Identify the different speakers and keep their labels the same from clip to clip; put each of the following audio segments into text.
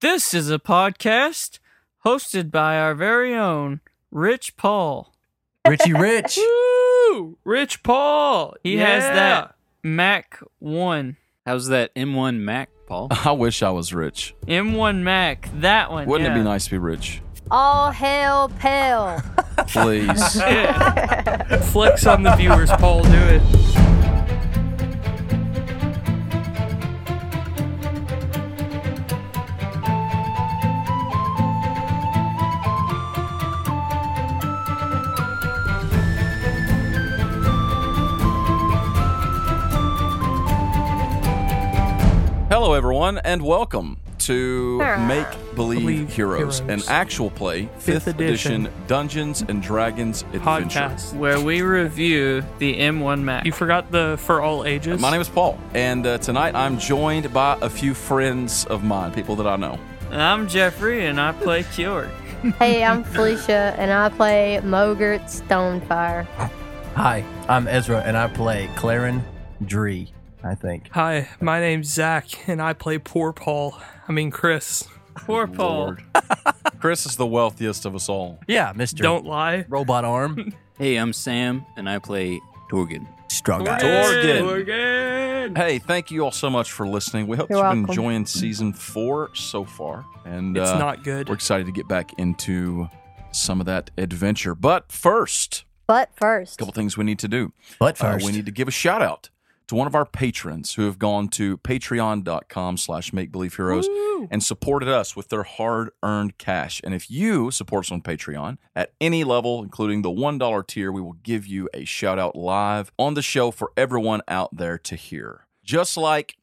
Speaker 1: This is a podcast hosted by our very own Rich Paul.
Speaker 2: Richie Rich.
Speaker 3: Woo! Rich Paul.
Speaker 1: He has
Speaker 3: Yeah.
Speaker 1: that Mac 1.
Speaker 3: How's that M1 Mac, Paul?
Speaker 2: I wish I was rich.
Speaker 1: M1 Mac, that one.
Speaker 2: Wouldn't it
Speaker 1: yeah.
Speaker 2: be nice to be rich?
Speaker 4: All hail pale.
Speaker 2: Please.
Speaker 3: Yeah. Flex on the viewers, Paul. Do it.
Speaker 2: Hello, everyone, and welcome to Make Believe,
Speaker 3: Believe Heroes.
Speaker 2: Heroes, an actual play, 5th, edition. Dungeons and Dragons adventure.
Speaker 3: Podcast.
Speaker 1: Where we review the M1 Mac.
Speaker 3: You forgot the for all ages.
Speaker 2: My name is Paul, and uh, tonight I'm joined by a few friends of mine, people that I know.
Speaker 1: I'm Jeffrey and I play Kjorg.
Speaker 4: hey, I'm Felicia and I play Mogurt Stonefire.
Speaker 5: Hi, I'm Ezra, and I play Claren Dree, I think.
Speaker 6: Hi, my name's Zach, and I play poor Paul. I mean, Chris.
Speaker 1: Poor Paul.
Speaker 2: Lord. Chris is the wealthiest of us all.
Speaker 5: Yeah, Mr.
Speaker 6: Don't lie.
Speaker 5: Robot Arm.
Speaker 3: Hey, I'm Sam, and I play Torgan.
Speaker 5: Strong
Speaker 2: Torgan.
Speaker 5: guy.
Speaker 1: Torgan.
Speaker 2: Hey, thank you all so much for listening. We hope
Speaker 4: You're
Speaker 2: you've been
Speaker 4: welcome.
Speaker 2: enjoying season four so far, and
Speaker 6: It's
Speaker 2: uh,
Speaker 6: not good.
Speaker 2: we're excited to get back into some of that adventure. But first,
Speaker 4: But first,
Speaker 2: couple things we need to do.
Speaker 5: But
Speaker 2: Uh,
Speaker 5: first,
Speaker 2: we need to give a shout out to one of our patrons who have gone to patreon.com slash make believe heroes and supported us with their hard earned cash. And if you support us on Patreon at any level, including the $1 tier, we will give you a shout out live on the show for everyone out there to hear. Just like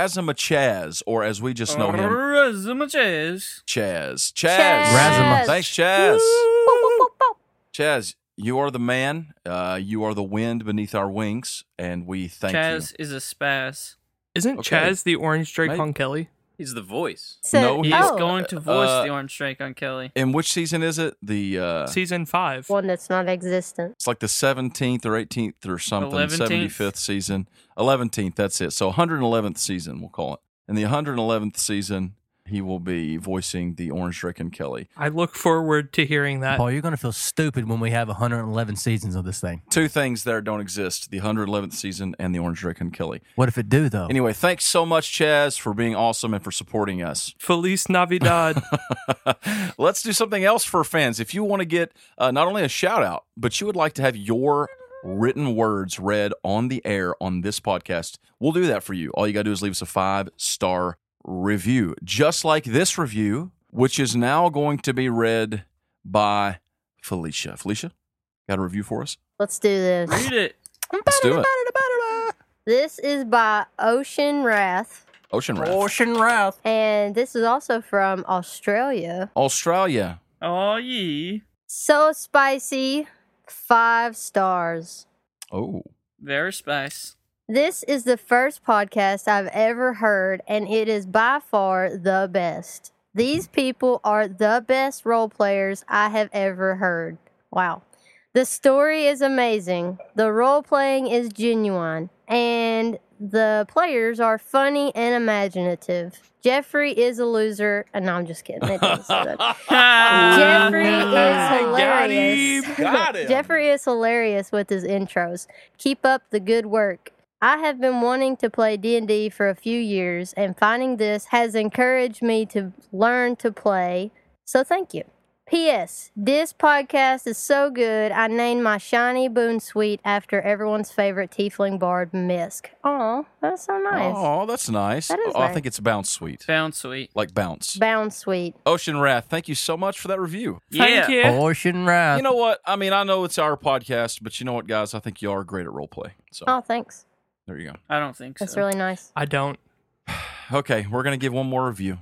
Speaker 2: Erasmachaz, or as we just know him,
Speaker 1: Razzmatazz.
Speaker 2: Chaz. Chaz.
Speaker 4: Chaz.
Speaker 2: Thanks, Chaz.
Speaker 4: Boop, boop, boop, boop.
Speaker 2: Chaz, you are the man. Uh, you are the wind beneath our wings, and we thank
Speaker 1: Chaz is a spaz.
Speaker 6: Isn't
Speaker 2: Okay.
Speaker 6: Chaz the orange Drake
Speaker 2: Maybe.
Speaker 6: on Kelly?
Speaker 3: He's the voice.
Speaker 4: So,
Speaker 2: No,
Speaker 1: He's
Speaker 2: he's
Speaker 4: oh,
Speaker 1: going to voice
Speaker 2: Uh,
Speaker 1: the orange drake on Kelly.
Speaker 2: you. In which season is it? The uh,
Speaker 6: Season five.
Speaker 4: one that's not existent.
Speaker 2: it's like the seventeenth or eighteenth or something,
Speaker 1: 11th?
Speaker 2: seventy fifth season, eleventeenth. That's it. So hundred eleventh season, we'll call it. In the hundred eleventh season, he will be voicing the Orange Drake and Kelly.
Speaker 6: I look forward to hearing that.
Speaker 5: Paul, you're going to feel stupid when we have 111 seasons of this thing.
Speaker 2: Two things there don't exist: the hundred eleventh season and the Orange Drake and Kelly.
Speaker 5: What if it do, though?
Speaker 2: Anyway, thanks so much, Chaz, for being awesome and for supporting us.
Speaker 6: Feliz Navidad.
Speaker 2: Let's do something else for fans. If you want to get uh, not only a shout out, but you would like to have your written words read on the air on this podcast, we'll do that for you. All you got to do is leave us a five star review, just like this review, which is now going to be read by Felicia. Felicia, got a review for us?
Speaker 4: Let's do this.
Speaker 1: Read it.
Speaker 2: Let's do it.
Speaker 4: This is by Ocean Wrath,
Speaker 2: Ocean Wrath.
Speaker 5: Wrath.
Speaker 4: and this is also from Australia.
Speaker 2: Australia.
Speaker 1: Aw, ye.
Speaker 4: So spicy, five stars.
Speaker 2: Oh,
Speaker 1: Very spice.
Speaker 4: This is the first podcast I've ever heard, and it is by far the best. These people are the best role players I have ever heard. Wow. The story is amazing, the role playing is genuine, and the players are funny and imaginative. Jeffrey is a loser, and no, I'm just kidding. It doesn't say that. Jeffrey is hilarious. Jeffrey is hilarious with his intros. Keep up the good work. I have been wanting to play D&D for a few years and finding this has encouraged me to learn to play. So thank you. P.S. This podcast is so good. I named my shiny boon suite after everyone's favorite tiefling bard, Misk. Aw, that's so nice.
Speaker 2: Oh, that's nice.
Speaker 4: That is
Speaker 2: oh, I
Speaker 4: nice.
Speaker 2: think it's Bounce Sweet.
Speaker 1: Sounds sweet.
Speaker 2: Like Bounce.
Speaker 4: Bound suite.
Speaker 2: Ocean Wrath, thank you so much for that review.
Speaker 1: yeah.
Speaker 6: Thank you.
Speaker 5: Ocean Wrath.
Speaker 2: You know what? I mean, I know it's our podcast, but you know what, guys? I think y'all are great at role play. So
Speaker 4: Oh, thanks.
Speaker 2: there you
Speaker 1: I don't think so.
Speaker 4: That's really nice.
Speaker 6: I don't.
Speaker 2: go. Okay, we're gonna give one more review.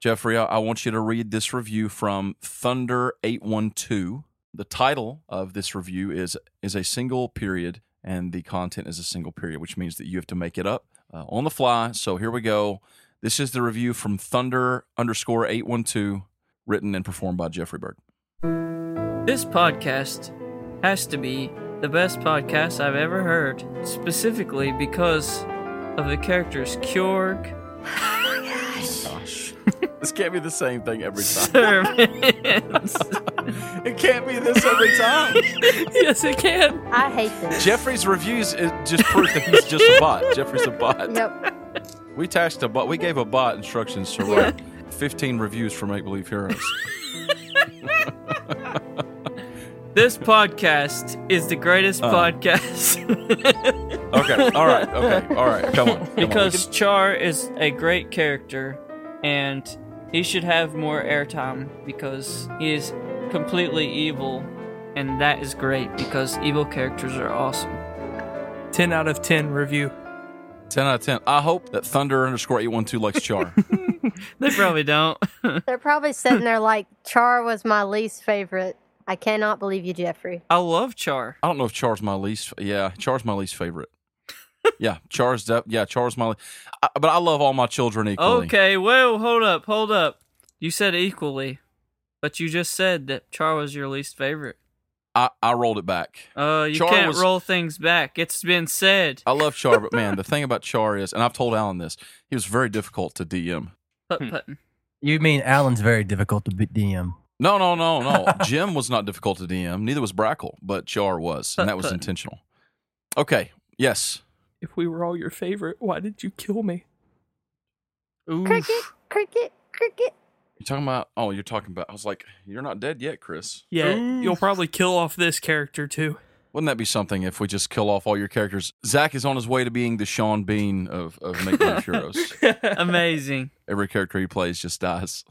Speaker 2: Jeffrey, I, I want you to read this review from Thunder Eight One Two. The title of this review is is a single period, and the content is a single period, which means that you have to make it up uh, on the fly. So here we go. This is the review from Thunder underscore Eight One Two, written and performed by Jeffrey Bird.
Speaker 1: This podcast has to be the best podcast I've ever heard, specifically because of the characters Kjorg,
Speaker 2: This can't be the same thing every time.
Speaker 1: Sermons.
Speaker 2: it can't be this every time.
Speaker 6: yes, it can.
Speaker 4: I hate this.
Speaker 2: Jeffrey's reviews is just proof that he's just a bot. Jeffrey's a bot.
Speaker 4: Yep.
Speaker 2: We tasked a bot. We gave a bot instructions to write 15 reviews for Make Believe Heroes.
Speaker 1: this podcast is the greatest
Speaker 2: Uh.
Speaker 1: podcast
Speaker 2: Okay. All right. Okay. All right. Come on. Come on.
Speaker 1: because Char is a great character and he should have more airtime because he is completely evil and that is great because evil characters are awesome.
Speaker 6: 10 out of 10 review.
Speaker 2: 10 out of 10. I hope that Thunder underscore 812 likes Char.
Speaker 1: They probably don't.
Speaker 4: They're probably sitting there like, Char was my least favorite. I cannot believe you, Jeffrey.
Speaker 1: I love Char.
Speaker 2: I don't know if Char's my least. Yeah, Char's my least favorite. Yeah, Char's. De- yeah, Char's my. Le- I, but I love all my children equally.
Speaker 1: Okay, whoa, hold up, hold up. You said equally, but you just said that Char was your least favorite.
Speaker 2: I, I rolled it back.
Speaker 1: Uh, you
Speaker 2: Char
Speaker 1: can't
Speaker 2: was-
Speaker 1: roll things back. It's been said.
Speaker 2: I love Char, but man, the thing about Char is, and I've told Alan this, he was very difficult to DM.
Speaker 1: Putt puttin'.
Speaker 5: You mean Alan's very difficult to be DM?
Speaker 2: No, no, no, no. Jim was not difficult to DM. Neither was Brackle, but Char was, and that was
Speaker 1: Put-put.
Speaker 2: intentional. Okay. Yes.
Speaker 6: If we were all your favorite, why did you kill me?
Speaker 4: Cricket, cricket, cricket.
Speaker 2: You're talking about. Oh, you're talking about. I was like, you're not dead yet, Chris.
Speaker 6: Yeah, you'll probably kill off this character too.
Speaker 2: Wouldn't that be something if we just kill off all your characters? Zach is on his way to being the Sean Bean of of Make Believe Heroes.
Speaker 1: Amazing.
Speaker 2: Every character he plays just dies.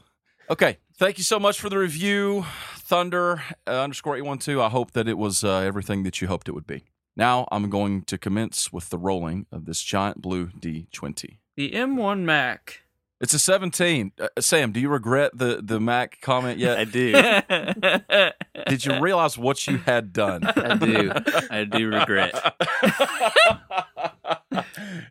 Speaker 2: Okay, thank you so much for the review, Thunder uh, underscore eight one two. I hope that it was uh, everything that you hoped it would be. Now I'm going to commence with the rolling of this giant blue D twenty.
Speaker 1: The M1 Mac.
Speaker 2: It's a seventeen. Uh, Sam, do you regret the the Mac comment
Speaker 7: I
Speaker 2: yet?
Speaker 7: do.
Speaker 2: Did you realize what you had done?
Speaker 7: I do. I do regret.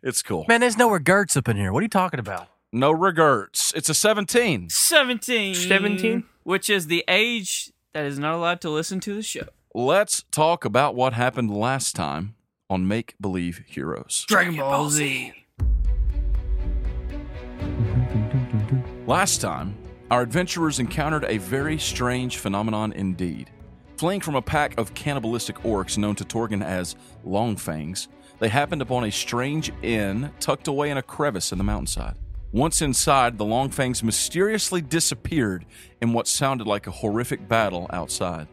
Speaker 2: it's cool.
Speaker 5: Man, there's no regrets up in here. What are you talking about?
Speaker 2: No regrets. It's a seventeen.
Speaker 1: 17.
Speaker 6: 17?
Speaker 1: Which is the age that is not allowed to listen to the show.
Speaker 2: Let's talk about what happened last time on Make Believe Heroes.
Speaker 1: Dragon Ball Z.
Speaker 2: Last time, our adventurers encountered a very strange phenomenon indeed. Fleeing from a pack of cannibalistic orcs known to Torgan as Longfangs, they happened upon a strange inn tucked away in a crevice in the mountainside. Once inside, the Longfangs mysteriously disappeared in what sounded like a horrific battle outside.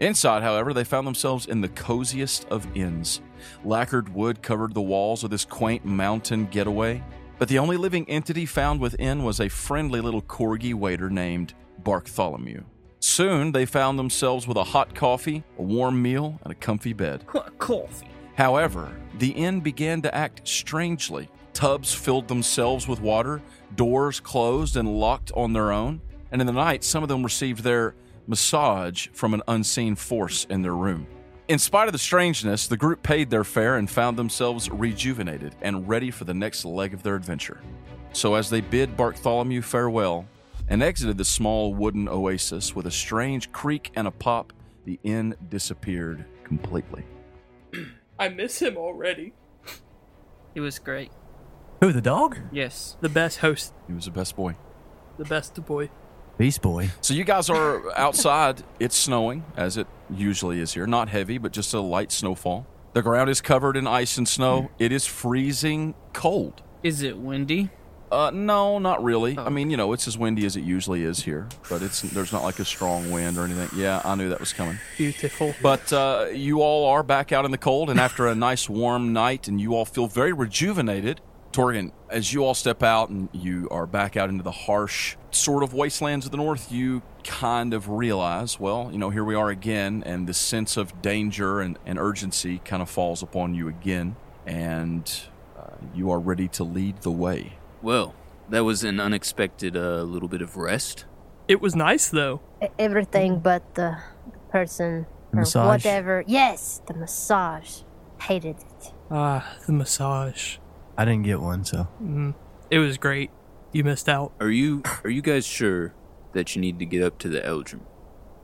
Speaker 2: Inside, however, they found themselves in the coziest of inns. Lacquered wood covered the walls of this quaint mountain getaway, but the only living entity found within was a friendly little corgi waiter named Bartholomew. Soon, they found themselves with a hot coffee, a warm meal, and a comfy bed.
Speaker 1: Co- Coffee.
Speaker 2: However, the inn began to act strangely. Tubs filled themselves with water, doors closed and locked on their own, and in the night, some of them received their massage from an unseen force in their room. In spite of the strangeness, the group paid their fare and found themselves rejuvenated and ready for the next leg of their adventure. So, as they bid Bartholomew farewell and exited the small wooden oasis with a strange creak and a pop, the inn disappeared completely.
Speaker 6: I miss him already.
Speaker 1: He was great.
Speaker 5: Who, the dog?
Speaker 1: Yes.
Speaker 6: The best host,
Speaker 2: He was the best boy.
Speaker 6: the best boy.
Speaker 5: Beast Boy.
Speaker 2: So you guys are outside. It's snowing, as it usually is here. Not heavy, but just a light snowfall. The ground is covered in ice and snow. It is freezing cold.
Speaker 1: Is it windy?
Speaker 2: Uh, no, not really. I mean, you know, it's as windy as it usually is here, but it's there's not like a strong wind or anything. Yeah, I knew that was coming.
Speaker 6: Beautiful.
Speaker 2: But uh, you all are back out in the cold, and after a nice warm night, and you all feel very rejuvenated. Torgan, as you all step out and you are back out into the harsh sort of wastelands of the north, you kind of realize, well, you know, here we are again, and the sense of danger and, and urgency kind of falls upon you again, and uh, you are ready to lead the way.
Speaker 7: Well, that was an unexpected uh, little bit of rest.
Speaker 6: It was nice though.
Speaker 4: E- Everything but the person or
Speaker 5: massage?
Speaker 4: whatever. Yes, the massage. Hated it.
Speaker 6: Ah, the massage.
Speaker 5: I didn't get one, so.
Speaker 6: It was great. You missed out.
Speaker 7: Are you Are you guys sure that you need to get up to the Eldrum?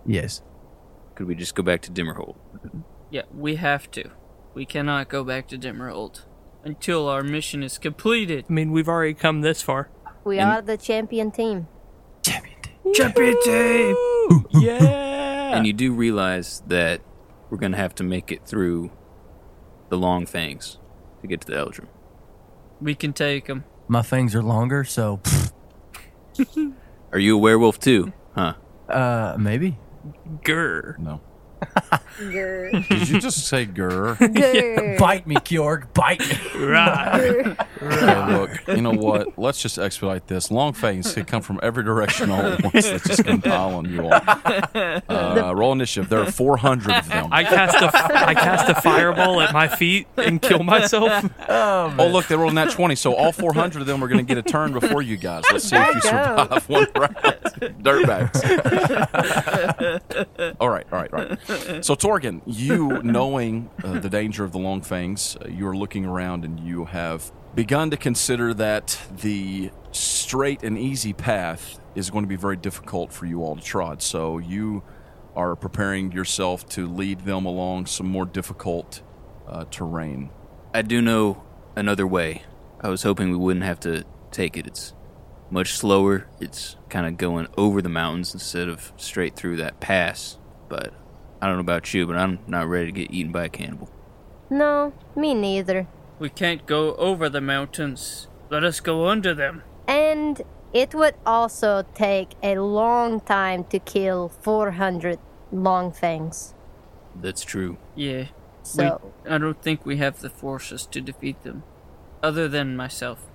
Speaker 5: Yes.
Speaker 7: Could we just go back to Dimmerhold?
Speaker 1: Yeah, we have to. We cannot go back to Demerald until our mission is completed.
Speaker 6: I mean, we've already come this far.
Speaker 4: We
Speaker 7: And-
Speaker 4: are the champion team.
Speaker 3: Chappity!
Speaker 7: And you do realize that we're going to have to make it through the long things to get to the Eldrum.
Speaker 1: We can take him.
Speaker 5: My fangs are longer, so pff,
Speaker 7: Are you a werewolf too? Huh?
Speaker 5: uh, maybe.
Speaker 3: Grr.
Speaker 2: No.
Speaker 4: Grr.
Speaker 2: Did you just say gur?
Speaker 4: Grr.
Speaker 5: Bite me, Georg. Bite me.
Speaker 3: Right.
Speaker 2: Okay, look, you know what? Let's just expedite this. Long fangs could come from every direction all at once. Let's just compile on you all. Uh, roll initiative. There are 400 of them.
Speaker 6: I cast a I cast a fireball at my feet and kill myself.
Speaker 2: oh, look, they rolled a nat 20. So all 400 of them are going to get a turn before you guys. Let's see if you
Speaker 4: There you go.
Speaker 2: survive one round. Dirtbags. all right, all right, all right. So, Torgan, you knowing uh, the danger of the long fangs, uh, you are looking around and you have begun to consider that the straight and easy path is going to be very difficult for you all to trod. So, you are preparing yourself to lead them along some more difficult uh, terrain.
Speaker 7: I do know another way. I was hoping we wouldn't have to take it. It's much slower. It's kind of going over the mountains instead of straight through that pass. But I don't know about you, but I'm not ready to get eaten by a cannibal.
Speaker 4: No, me neither.
Speaker 1: We can't go over the mountains. Let us go under them.
Speaker 4: And it would also take a long time to kill 400 long fangs.
Speaker 7: That's true.
Speaker 1: Yeah.
Speaker 4: So,
Speaker 1: We, I don't think we have the forces to defeat them, other than myself.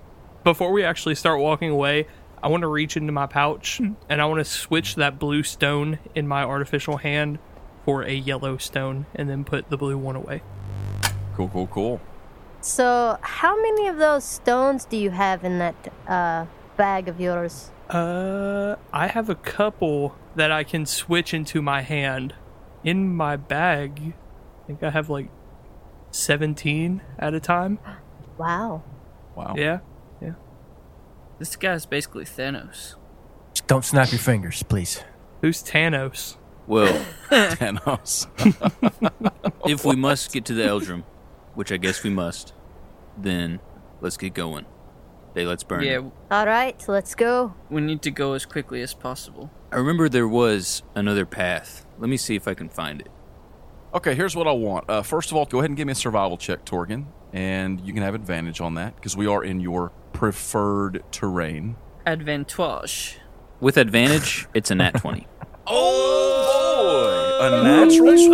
Speaker 6: Before we actually start walking away, I want to reach into my pouch and I want to switch that blue stone in my artificial hand for a yellow stone and then put the blue one away.
Speaker 2: Cool, cool, cool.
Speaker 4: so how many of those stones do you have in that uh, bag of yours?
Speaker 6: Uh, I have a couple that I can switch into my hand. In my bag, I think I have like 17 at a time.
Speaker 4: Wow.
Speaker 2: Wow.
Speaker 6: Yeah.
Speaker 1: This guy's basically Thanos.
Speaker 5: Just don't snap your fingers, please.
Speaker 6: Who's Thanos?
Speaker 7: Well,
Speaker 2: Thanos.
Speaker 7: if we must get to the Eldrum, which I guess we must, then let's get going. Daylight's burning.
Speaker 1: Yeah,
Speaker 4: All right, let's go.
Speaker 1: we need to go as quickly as possible.
Speaker 7: I remember there was another path. Let me see if I can find it.
Speaker 2: Okay, here's what I want. Uh, first of all, go ahead and give me a survival check, Torgan, and you can have advantage on that because we are in your preferred terrain.
Speaker 1: Advantage.
Speaker 7: With advantage, it's a nat 20.
Speaker 2: Oh, a natural twenty.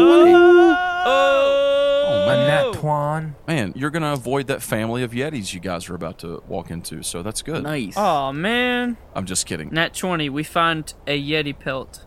Speaker 1: Oh,
Speaker 5: A nat twan.
Speaker 2: Man, you're gonna avoid that family of Yetis you guys are about to walk into, so that's good.
Speaker 7: Nice.
Speaker 1: Oh man,
Speaker 2: I'm just kidding.
Speaker 1: nat twenty. We find a yeti pelt.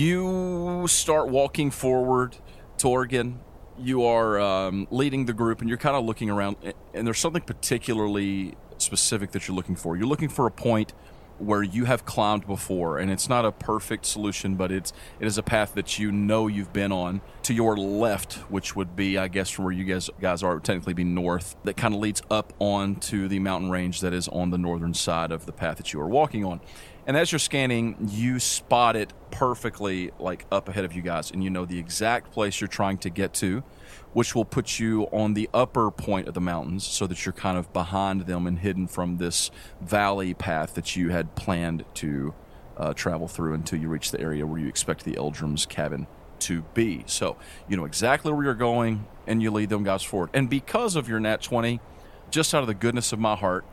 Speaker 2: You start walking forward, Torgan. You are um, leading the group, and you're kind of looking around. And there's something particularly specific that you're looking for. You're looking for a point where you have climbed before, and it's not a perfect solution, but it's it is a path that you know you've been on. To your left, which would be, I guess, from where you guys guys are, it would technically be north. That kind of leads up onto the mountain range that is on the northern side of the path that you are walking on. And as you're scanning, you spot it perfectly, like up ahead of you guys, and you know the exact place you're trying to get to, which will put you on the upper point of the mountains so that you're kind of behind them and hidden from this valley path that you had planned to uh, travel through until you reach the area where you expect the Eldrum's cabin to be. So you know exactly where you're going, and you lead them guys forward. And because of your nat 20, just out of the goodness of my heart,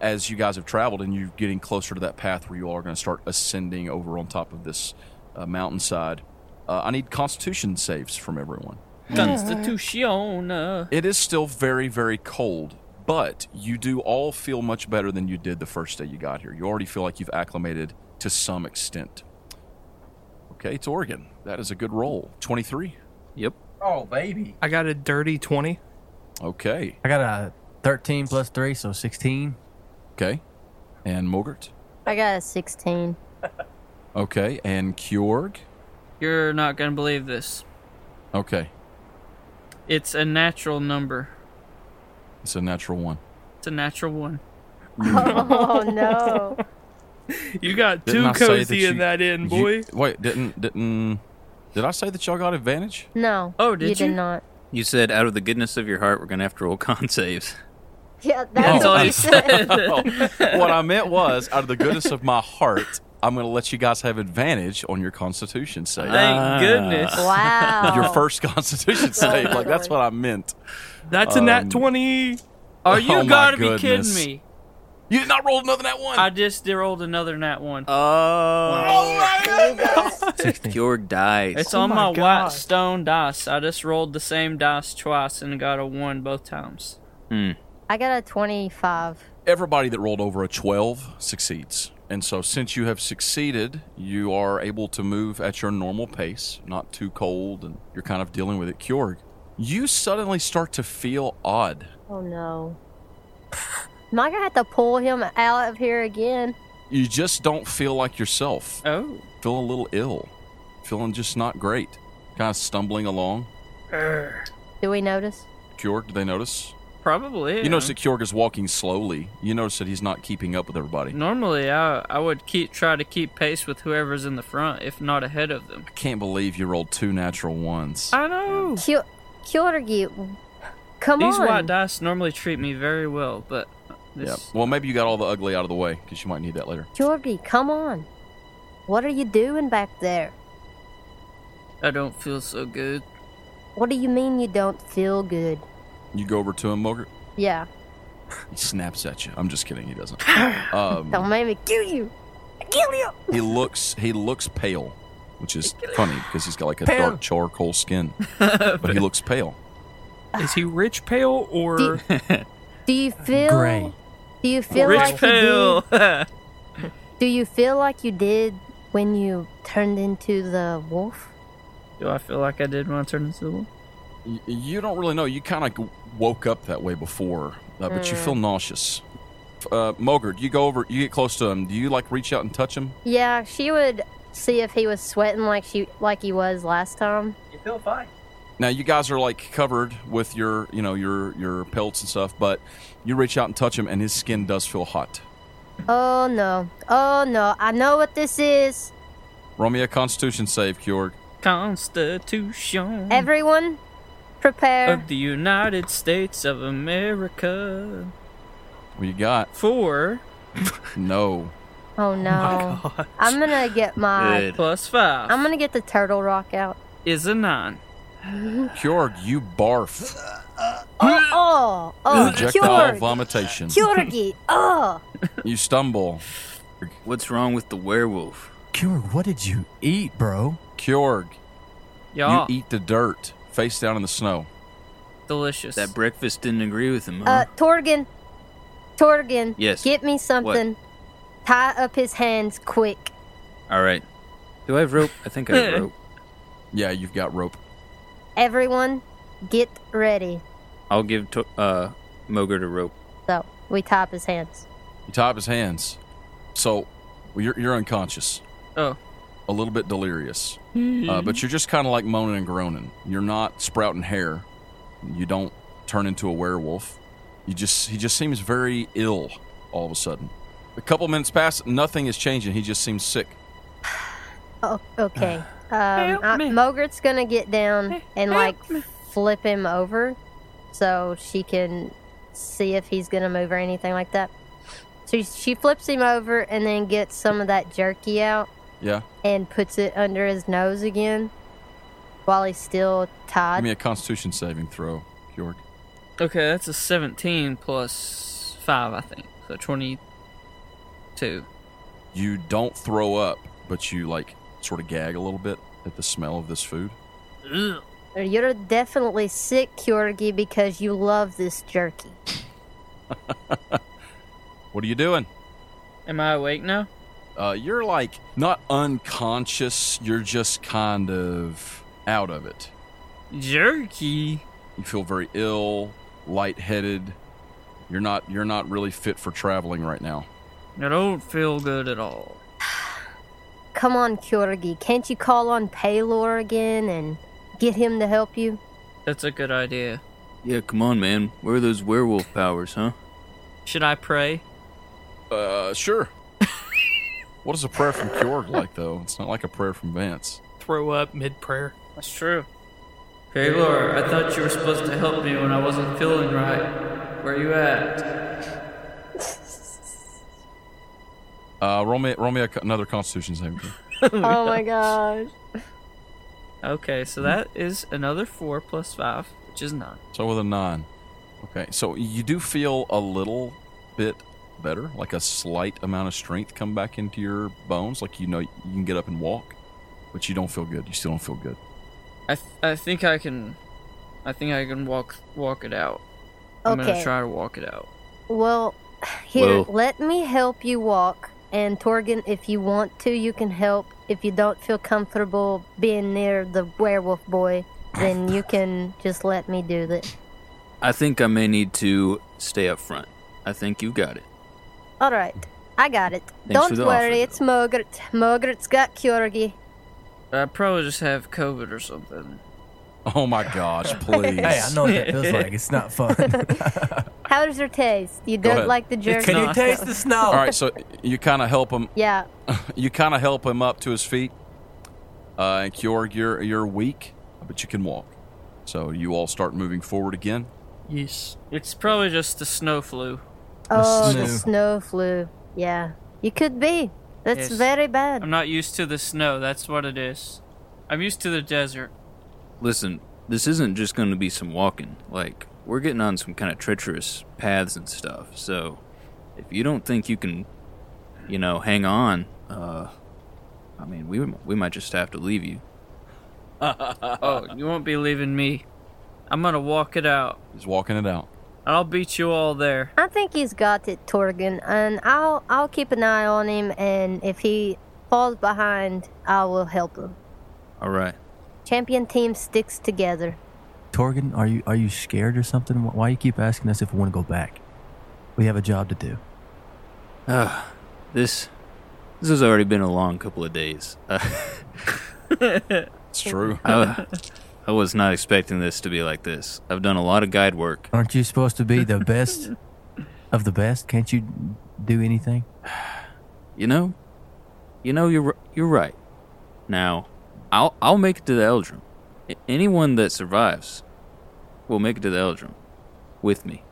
Speaker 2: as you guys have traveled and you're getting closer to that path where you all are going to start ascending over on top of this uh, mountainside, uh, I need Constitution saves from everyone.
Speaker 1: Constitution. uh,
Speaker 2: It is still very, very cold, but you do all feel much better than you did the first day you got here. You already feel like you've acclimated to some extent. Okay, it's Oregon. That is a good roll. 23.
Speaker 7: Yep.
Speaker 5: Oh, baby.
Speaker 6: I got a dirty 20.
Speaker 2: Okay.
Speaker 5: I got a 13 plus 3, so 16.
Speaker 2: Okay. And Mogert.
Speaker 4: I got a 16.
Speaker 2: Okay. And Kjorg.
Speaker 1: You're not gonna believe this.
Speaker 2: Okay.
Speaker 1: It's a natural number.
Speaker 2: It's a natural one.
Speaker 1: It's a natural one.
Speaker 4: Oh no.
Speaker 6: You got
Speaker 2: Didn't
Speaker 6: too
Speaker 2: I say
Speaker 6: cozy
Speaker 2: that
Speaker 6: in
Speaker 2: you-
Speaker 6: that end,
Speaker 2: You-
Speaker 6: boy.
Speaker 2: wait, didn't didn't did I say that y'all got advantage?
Speaker 4: No.
Speaker 1: Oh, did
Speaker 4: you?
Speaker 1: you?
Speaker 4: did not.
Speaker 7: You said out of the goodness of your heart, we're going to have to roll con saves.
Speaker 4: Yeah,
Speaker 1: That's
Speaker 4: that's
Speaker 1: all
Speaker 2: Oh.
Speaker 4: what
Speaker 1: he
Speaker 4: he said.
Speaker 1: said.
Speaker 2: what I meant was, out of the goodness of my heart, I'm going to let you guys have advantage on your Constitution save. Uh,
Speaker 1: Thank goodness.
Speaker 4: Wow.
Speaker 2: your first Constitution save. Like that's what I meant.
Speaker 6: That's a
Speaker 2: um,
Speaker 6: nat 20.
Speaker 1: Are you
Speaker 2: Oh my
Speaker 1: gotta be kidding
Speaker 2: goodness.
Speaker 1: me?
Speaker 2: You did not roll another that one.
Speaker 1: I just rolled another nat one.
Speaker 7: Oh,
Speaker 5: Sixteen.
Speaker 7: your dice.
Speaker 1: it's
Speaker 6: oh
Speaker 1: on
Speaker 6: my
Speaker 1: my,
Speaker 6: God.
Speaker 1: white stone dice. I just rolled the same dice twice and got a one both times.
Speaker 4: I got a 25.
Speaker 2: Everybody that rolled over a 12 succeeds. And so since you have succeeded, you are able to move at your normal pace, not too cold, and you're kind of dealing with it. Kjorg, you suddenly start to feel odd.
Speaker 4: Oh no. Am I gonna have to pull him out of here again?
Speaker 2: You just don't feel like yourself.
Speaker 1: Oh,
Speaker 2: Feel a little ill. Feeling just not great. Kind of stumbling along.
Speaker 4: Do we notice?
Speaker 2: Kjorg, do they notice?
Speaker 1: probably.
Speaker 2: You notice that Kjorg is walking slowly. You notice that he's not keeping up with everybody.
Speaker 1: Normally, I I would keep try to keep pace with whoever's in the front, if not ahead of them.
Speaker 2: I can't believe you rolled two natural ones.
Speaker 1: I know.
Speaker 4: Kyo- Kyorgi, come
Speaker 1: These
Speaker 4: on.
Speaker 1: white dice normally treat me very well, but this
Speaker 2: Yeah. Well, maybe you got all the ugly out of the way because you might need that later.
Speaker 4: Kyorgi, come on. What are you doing back there?
Speaker 1: I don't feel so good.
Speaker 4: What do you mean you don't feel good?
Speaker 2: You go over to him, Mogart.
Speaker 4: Yeah,
Speaker 2: He snaps at you. I'm just kidding. He doesn't.
Speaker 4: don't
Speaker 2: Um,
Speaker 4: make me kill you. I kill you.
Speaker 2: he looks. He looks pale, which is funny because he's got like a dark charcoal skin, but he looks pale.
Speaker 6: Is he rich pale or
Speaker 4: Do you feel?
Speaker 5: Gray.
Speaker 4: Do you feel
Speaker 1: Rich
Speaker 4: like you
Speaker 1: pale.
Speaker 4: did? Do you feel like you did when you turned into the wolf?
Speaker 1: Do I feel like I did when I turned into the wolf?
Speaker 2: Y- you don't really know. You kind of woke up that way before, uh, but you feel nauseous. Uh, Mogart, you go over. You get close to him. Do you like reach out and touch him?
Speaker 4: Yeah, she would see if he was sweating like she like he was last time.
Speaker 1: You feel fine.
Speaker 2: Now you guys are like covered with your, you know, your your pelts and stuff, but you reach out and touch him, and his skin does feel hot.
Speaker 4: Oh no. Oh no. I know what this is.
Speaker 2: Romeo, Constitution save, Kjorg.
Speaker 4: Hmm.
Speaker 1: Constitution
Speaker 4: Everyone, prepare.
Speaker 1: of the United States of America.
Speaker 2: What you got?
Speaker 1: Four
Speaker 2: No.
Speaker 4: oh no. I'm gonna get my.
Speaker 7: Good.
Speaker 1: plus five
Speaker 4: I'm gonna get the turtle rock out.
Speaker 1: is a nine.
Speaker 2: Kjorg, you barf.
Speaker 4: Oh, oh, oh,
Speaker 2: Projectile
Speaker 4: Kyorgi,
Speaker 2: vomitation.
Speaker 4: Kyorgi, oh,
Speaker 2: You stumble.
Speaker 7: What's wrong with the werewolf?
Speaker 5: Cure, what did you eat, bro?
Speaker 2: Kjorg, you
Speaker 1: Y'all,
Speaker 2: eat the dirt face down in the snow.
Speaker 1: delicious.
Speaker 7: That breakfast didn't agree with him, huh?
Speaker 1: Mm-hmm.
Speaker 4: uh, Torgan, Torgan,
Speaker 7: Yes.
Speaker 4: get me something. Tie up his hands quick.
Speaker 7: All right. Do I have rope? I think I have rope.
Speaker 2: Yeah, you've got rope.
Speaker 4: Everyone, get ready.
Speaker 7: I'll give to- uh, Mogert a rope.
Speaker 4: So we tie up his hands.
Speaker 2: You tie up his hands. So well, you're, you're unconscious,
Speaker 1: oh,
Speaker 2: a little bit delirious, uh, but you're just kind of like moaning and groaning. You're not sprouting hair. You don't turn into a werewolf. You just he just seems very ill all of a sudden. A couple minutes pass, nothing is changing. He just seems sick.
Speaker 4: Oh, okay. Um,
Speaker 1: Help
Speaker 4: I,
Speaker 1: me.
Speaker 4: Mogert's gonna get down and
Speaker 1: help
Speaker 4: like flip him over, so she can see if he's gonna move or anything like that. So she flips him over and then gets some of that jerky out
Speaker 2: Yeah.
Speaker 4: and puts it under his nose again, while he's still
Speaker 2: Give
Speaker 4: tied.
Speaker 2: me a Constitution saving throw, Georg.
Speaker 1: okay, that's a 17 plus five, I think. So 22.
Speaker 2: You don't throw up, but you like sort of gag a little bit at the smell of this food.
Speaker 4: You're definitely sick, Kyorgi, because you love this jerky.
Speaker 2: What are you doing?
Speaker 1: Am I awake now?
Speaker 2: Uh, you're like not unconscious. You're just kind of out of it.
Speaker 1: Jerky.
Speaker 2: You feel very ill, lightheaded. You're not. You're not really fit for traveling right now.
Speaker 1: I don't feel good at all.
Speaker 4: Come on, Kyorgi, can't you call on Paylor again and get him to help you?
Speaker 1: That's a good idea.
Speaker 7: Yeah, come on, man. Where are those werewolf powers, huh?
Speaker 1: Should I pray?
Speaker 2: Uh, sure. what is a prayer from Kjorg like though? It's not like a prayer from Vance.
Speaker 6: throw up mid prayer?
Speaker 1: That's true. Paylor, I thought you were supposed to help me when I wasn't feeling right. Where you at?
Speaker 2: Uh, roll me, roll me a, another Constitution saving throw.
Speaker 4: Oh my gosh.
Speaker 1: Okay, so that is another four plus five, which is nine.
Speaker 2: So with a nine. Okay, so you do feel a little bit better, like a slight amount of strength come back into your bones, like you know you can get up and walk, but you don't feel good. You still don't feel good.
Speaker 1: I th- I think I can, I think I can walk walk it out. I'm gonna
Speaker 4: Okay.
Speaker 1: try to walk it out.
Speaker 4: Well, here,
Speaker 7: Well-
Speaker 4: let me help you walk. And Torgan, if you want to, you can help. If you don't feel comfortable being near the werewolf boy, then you can just let me do that.
Speaker 7: I think I may need to stay up front. I think you got it.
Speaker 4: All right, I got it.
Speaker 7: for
Speaker 4: don't
Speaker 7: the
Speaker 4: worry,
Speaker 7: offer,
Speaker 4: it's Mogert. Mogurt's got Kyorgi.
Speaker 1: I probably just have COVID or something.
Speaker 2: Oh my gosh, please.
Speaker 5: Hey, I know what that feels like. It's not fun.
Speaker 4: How does your taste? You don't
Speaker 2: ahead.
Speaker 4: like the jerky?
Speaker 5: Can you
Speaker 1: not.
Speaker 5: taste the snow?
Speaker 2: All right, so you kind of help him.
Speaker 4: Yeah.
Speaker 2: You kind of help him up to his feet. Uh, and Kjorg, you're you're weak, but you can walk. So you all start moving forward again.
Speaker 6: Yes.
Speaker 1: It's probably just the snow flu.
Speaker 4: Oh, the
Speaker 5: snow.
Speaker 4: snow flu. Yeah, you could be. That's
Speaker 1: Yes.
Speaker 4: very bad.
Speaker 1: I'm not used to the snow. That's what it is. I'm used to the desert.
Speaker 7: Listen, this isn't just going to be some walking. Like, we're getting on some kind of treacherous paths and stuff. So, if you don't think you can, you know, hang on, uh, I mean, we, we might just have to leave you.
Speaker 1: Oh, you won't be leaving me. I'm gonna walk it out.
Speaker 2: He's walking it out.
Speaker 1: I'll beat you all there.
Speaker 4: I think he's got it, Torgan, and I'll I'll keep an eye on him, and if he falls behind, I will help him.
Speaker 7: All right.
Speaker 4: Champion team sticks together.
Speaker 5: Torgan, are you are you scared or something? Wh- Why you keep asking us if we want to go back? We have a job to do.
Speaker 7: Uh, this this has already been a long couple of days. Uh,
Speaker 2: It's true.
Speaker 7: I, I was not expecting this to be like this. I've done a lot of guide work.
Speaker 5: Aren't you supposed to be the best of the best? Can't you do anything?
Speaker 7: You know, you know you're r- you're right. Now, I'll I'll make it to the Eldrum. A- Anyone that survives will make it to the Eldrum with me.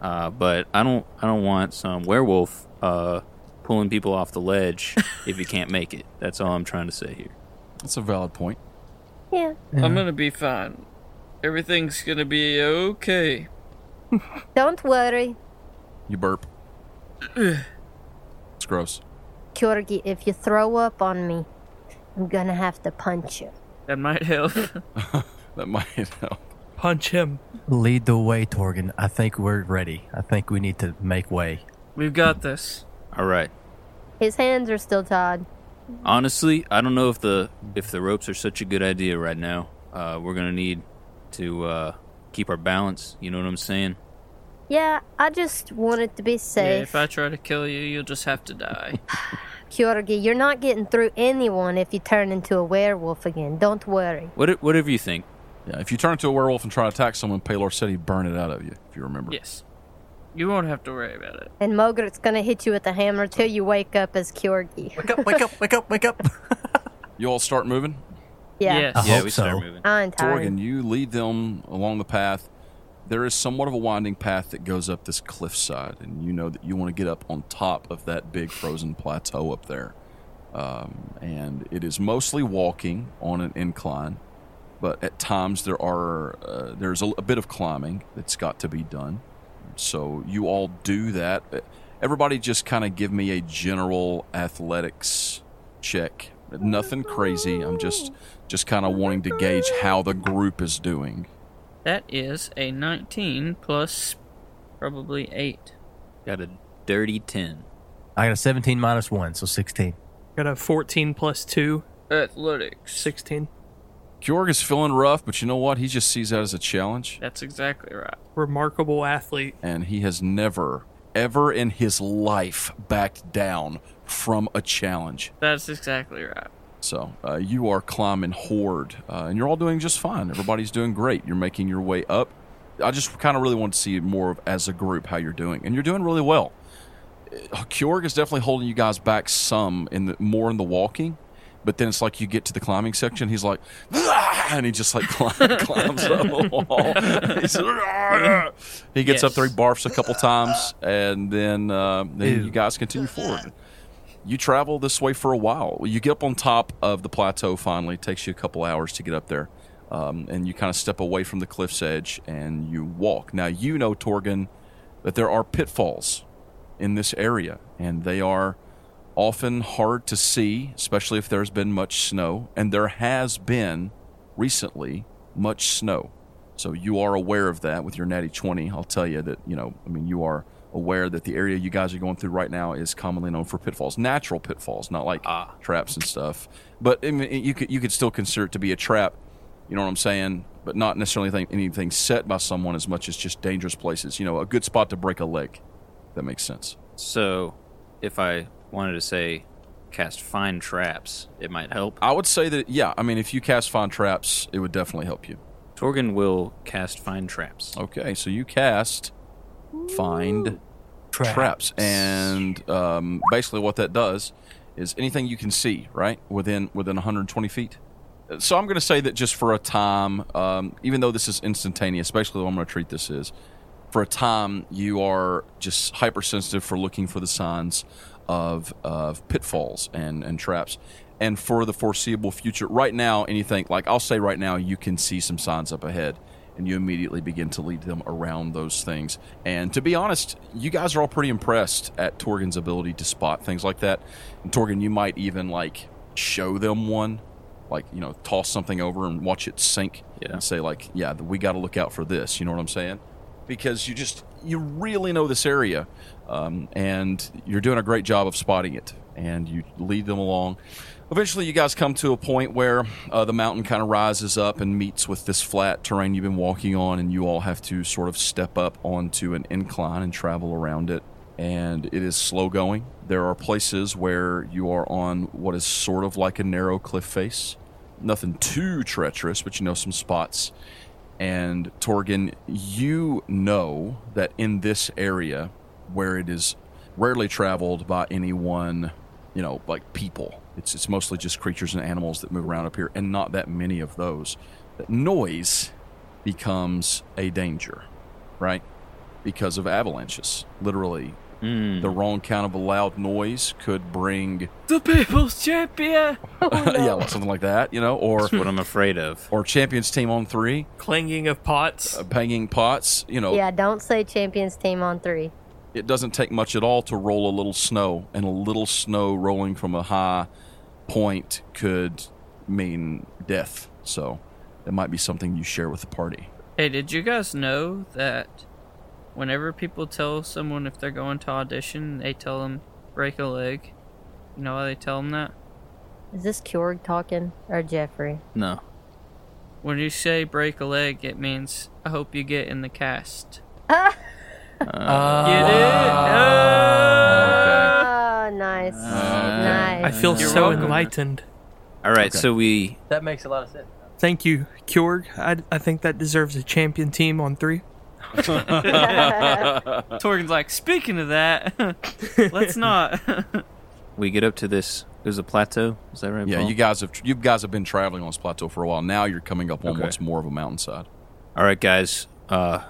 Speaker 7: Uh, but I don't I don't want some werewolf uh, pulling people off the ledge if you can't make it. That's all I'm trying to say here.
Speaker 2: That's a valid point.
Speaker 4: Yeah.
Speaker 1: I'm gonna be fine. Everything's gonna be okay.
Speaker 4: Don't worry,
Speaker 2: You burp. it's gross.
Speaker 4: Kyorgi. If you throw up on me, I'm gonna have to punch you.
Speaker 1: That might help.
Speaker 2: That might help.
Speaker 6: Punch him.
Speaker 5: Lead the way, Torgan. I think we're ready. I think we need to make way.
Speaker 1: We've got this.
Speaker 7: All right.
Speaker 4: His hands are still tied.
Speaker 7: Honestly, I don't know if the if the ropes are such a good idea right now. Uh, we're gonna need to uh, keep our balance. You know what I'm saying?
Speaker 4: Yeah, I just wanted to be
Speaker 1: Yeah,
Speaker 4: safe.
Speaker 1: if I try to kill you, you'll just have to die.
Speaker 4: Kyorgi, you're not getting through anyone if you turn into a werewolf again. Don't worry.
Speaker 7: What whatever you think.
Speaker 2: Yeah, if you turn into a werewolf and try to attack someone, Paylor said he'd burn it out of you, if you remember.
Speaker 1: yes. You won't have to worry about it.
Speaker 4: And Mogurt's gonna hit you with a hammer till you wake up as Kyorgi.
Speaker 5: Wake up! Wake up! Wake up! Wake up!
Speaker 2: You all start moving.
Speaker 4: Yeah.
Speaker 1: Yes.
Speaker 7: yeah,
Speaker 5: hope
Speaker 7: we start
Speaker 5: so.
Speaker 7: moving.
Speaker 4: I'm tired.
Speaker 2: Torgan, you lead them along the path. There is somewhat of a winding path that goes up this cliffside, and you know that you want to get up on top of that big frozen plateau up there. Um, and it is mostly walking on an incline, but at times there are uh, there's a, a bit of climbing that's got to be done. So you all do that. Everybody, just kind of give me a general athletics check. Nothing crazy. I'm just just kind of wanting to gauge how the group is doing.
Speaker 1: That is a 19 plus probably 8.
Speaker 7: Got a dirty ten.
Speaker 5: I got a 17 minus one, so 16.
Speaker 6: Got a 14 plus 2,
Speaker 1: Athletics.
Speaker 6: 16.
Speaker 2: Kjorg is feeling rough, but you know what? He just sees that as a challenge,
Speaker 1: That's exactly right.
Speaker 6: Remarkable athlete.
Speaker 2: and he has never, ever in his life backed down from a challenge.
Speaker 1: That's exactly right.
Speaker 2: So uh, you are climbing horde, uh, and you're all doing just fine. Everybody's doing great. You're making your way up. I just kind of really want to see more of as a group how you're doing, and you're doing really well. Uh, Kjorg is definitely holding you guys back some in the more in the walking, but then it's like you get to the climbing section, he's like, "Ah!" and he just like climb, climbs up the wall. He's, "Ah!" he gets up
Speaker 1: Yes.
Speaker 2: there, he barfs a couple times, and then uh, then you
Speaker 5: Ew.
Speaker 2: guys continue forward. you travel this way for a while. You get up on top of the plateau finally. It takes you a couple hours to get up there. Um, and you kind of step away from the cliff's edge and you walk. Now, you know, Torgon, that there are pitfalls in this area, and they are often hard to see, especially if there's been much snow. And there has been recently much snow. So you are aware of that with your natty 20. I'll tell you that, you know, I mean, you are aware that the area you guys are going through right now is commonly known for pitfalls, natural pitfalls, not like traps and stuff. But I mean, you could you could still consider it to be a trap. You know what I'm saying? But not necessarily anything, anything set by someone as much as just dangerous places. You know, a good spot to break a leg. If that makes sense.
Speaker 7: So, if I wanted to say cast fine traps, it might help.
Speaker 2: I would say that yeah. I mean, if you cast find traps, it would definitely help you.
Speaker 7: Torgon will cast fine traps.
Speaker 2: Okay, so you cast find traps. and um, basically what that does is anything you can see right within within 120 feet Uh, so i'm going to say that just for a time um, even though this is instantaneous basically what i'm going to treat this is for a time you are just hypersensitive for looking for the signs of of pitfalls and and traps and for the foreseeable future right now anything like i'll say right now you can see some signs up ahead and you immediately begin to lead them around those things and to be honest you guys are all pretty impressed at torgan's ability to spot things like that and torgan you might even like show them one like you know toss something over and watch it sink
Speaker 7: Yeah.
Speaker 2: and say like yeah we got to look out for this you know what i'm saying because you just you really know this area um, and you're doing a great job of spotting it and you lead them along eventually you guys come to a point where uh, the mountain kind of rises up and meets with this flat terrain you've been walking on and you all have to sort of step up onto an incline and travel around it and it is slow going there are places where you are on what is sort of like a narrow cliff face nothing too treacherous but you know some spots and Torgan, you know that in this area where it is rarely traveled by anyone, you know, like people, it's, it's mostly just creatures and animals that move around up here, and not that many of those, that noise becomes a danger, right? Because of avalanches. Literally,
Speaker 7: Hmm.
Speaker 2: the
Speaker 7: Mm-hmm.
Speaker 2: wrong kind of a loud noise could bring,
Speaker 3: The people's champion.
Speaker 4: Oh,
Speaker 2: yeah, like something like that, you know, or,
Speaker 7: What I'm afraid of.
Speaker 2: or champions team on three,
Speaker 6: Clanging of pots.
Speaker 2: uh, banging pots, you know,
Speaker 4: Yeah, don't say champions team on three.
Speaker 2: it doesn't take much at all to roll a little snow, and a little snow rolling from a high point could mean death. So it might be something you share with the party.
Speaker 1: Hey, did you guys know that whenever people tell someone if they're going to audition, they tell them break a leg? You know why they tell them that?
Speaker 4: Is this Kjorg talking or Jeffrey?
Speaker 7: No.
Speaker 1: When you say break a leg, it means I hope you get in the cast. Get it?
Speaker 4: Oh, nice.
Speaker 7: Uh,
Speaker 4: nice.
Speaker 6: I feel
Speaker 7: You're
Speaker 6: so
Speaker 7: welcome.
Speaker 6: enlightened.
Speaker 7: All right, so we
Speaker 5: That makes a lot of sense.
Speaker 6: Thank you, Kjorg. I, I think that deserves a champion team on three.
Speaker 1: Uh, Torgan's like, speaking of that, let's not.
Speaker 7: we get up to this. There's a plateau. Is that right?
Speaker 2: Yeah,
Speaker 7: Paul?
Speaker 2: you guys have you guys have been traveling on this plateau for a while. Now you're coming up on
Speaker 7: Okay.
Speaker 2: what's more of a mountainside.
Speaker 7: All right, guys. Uh,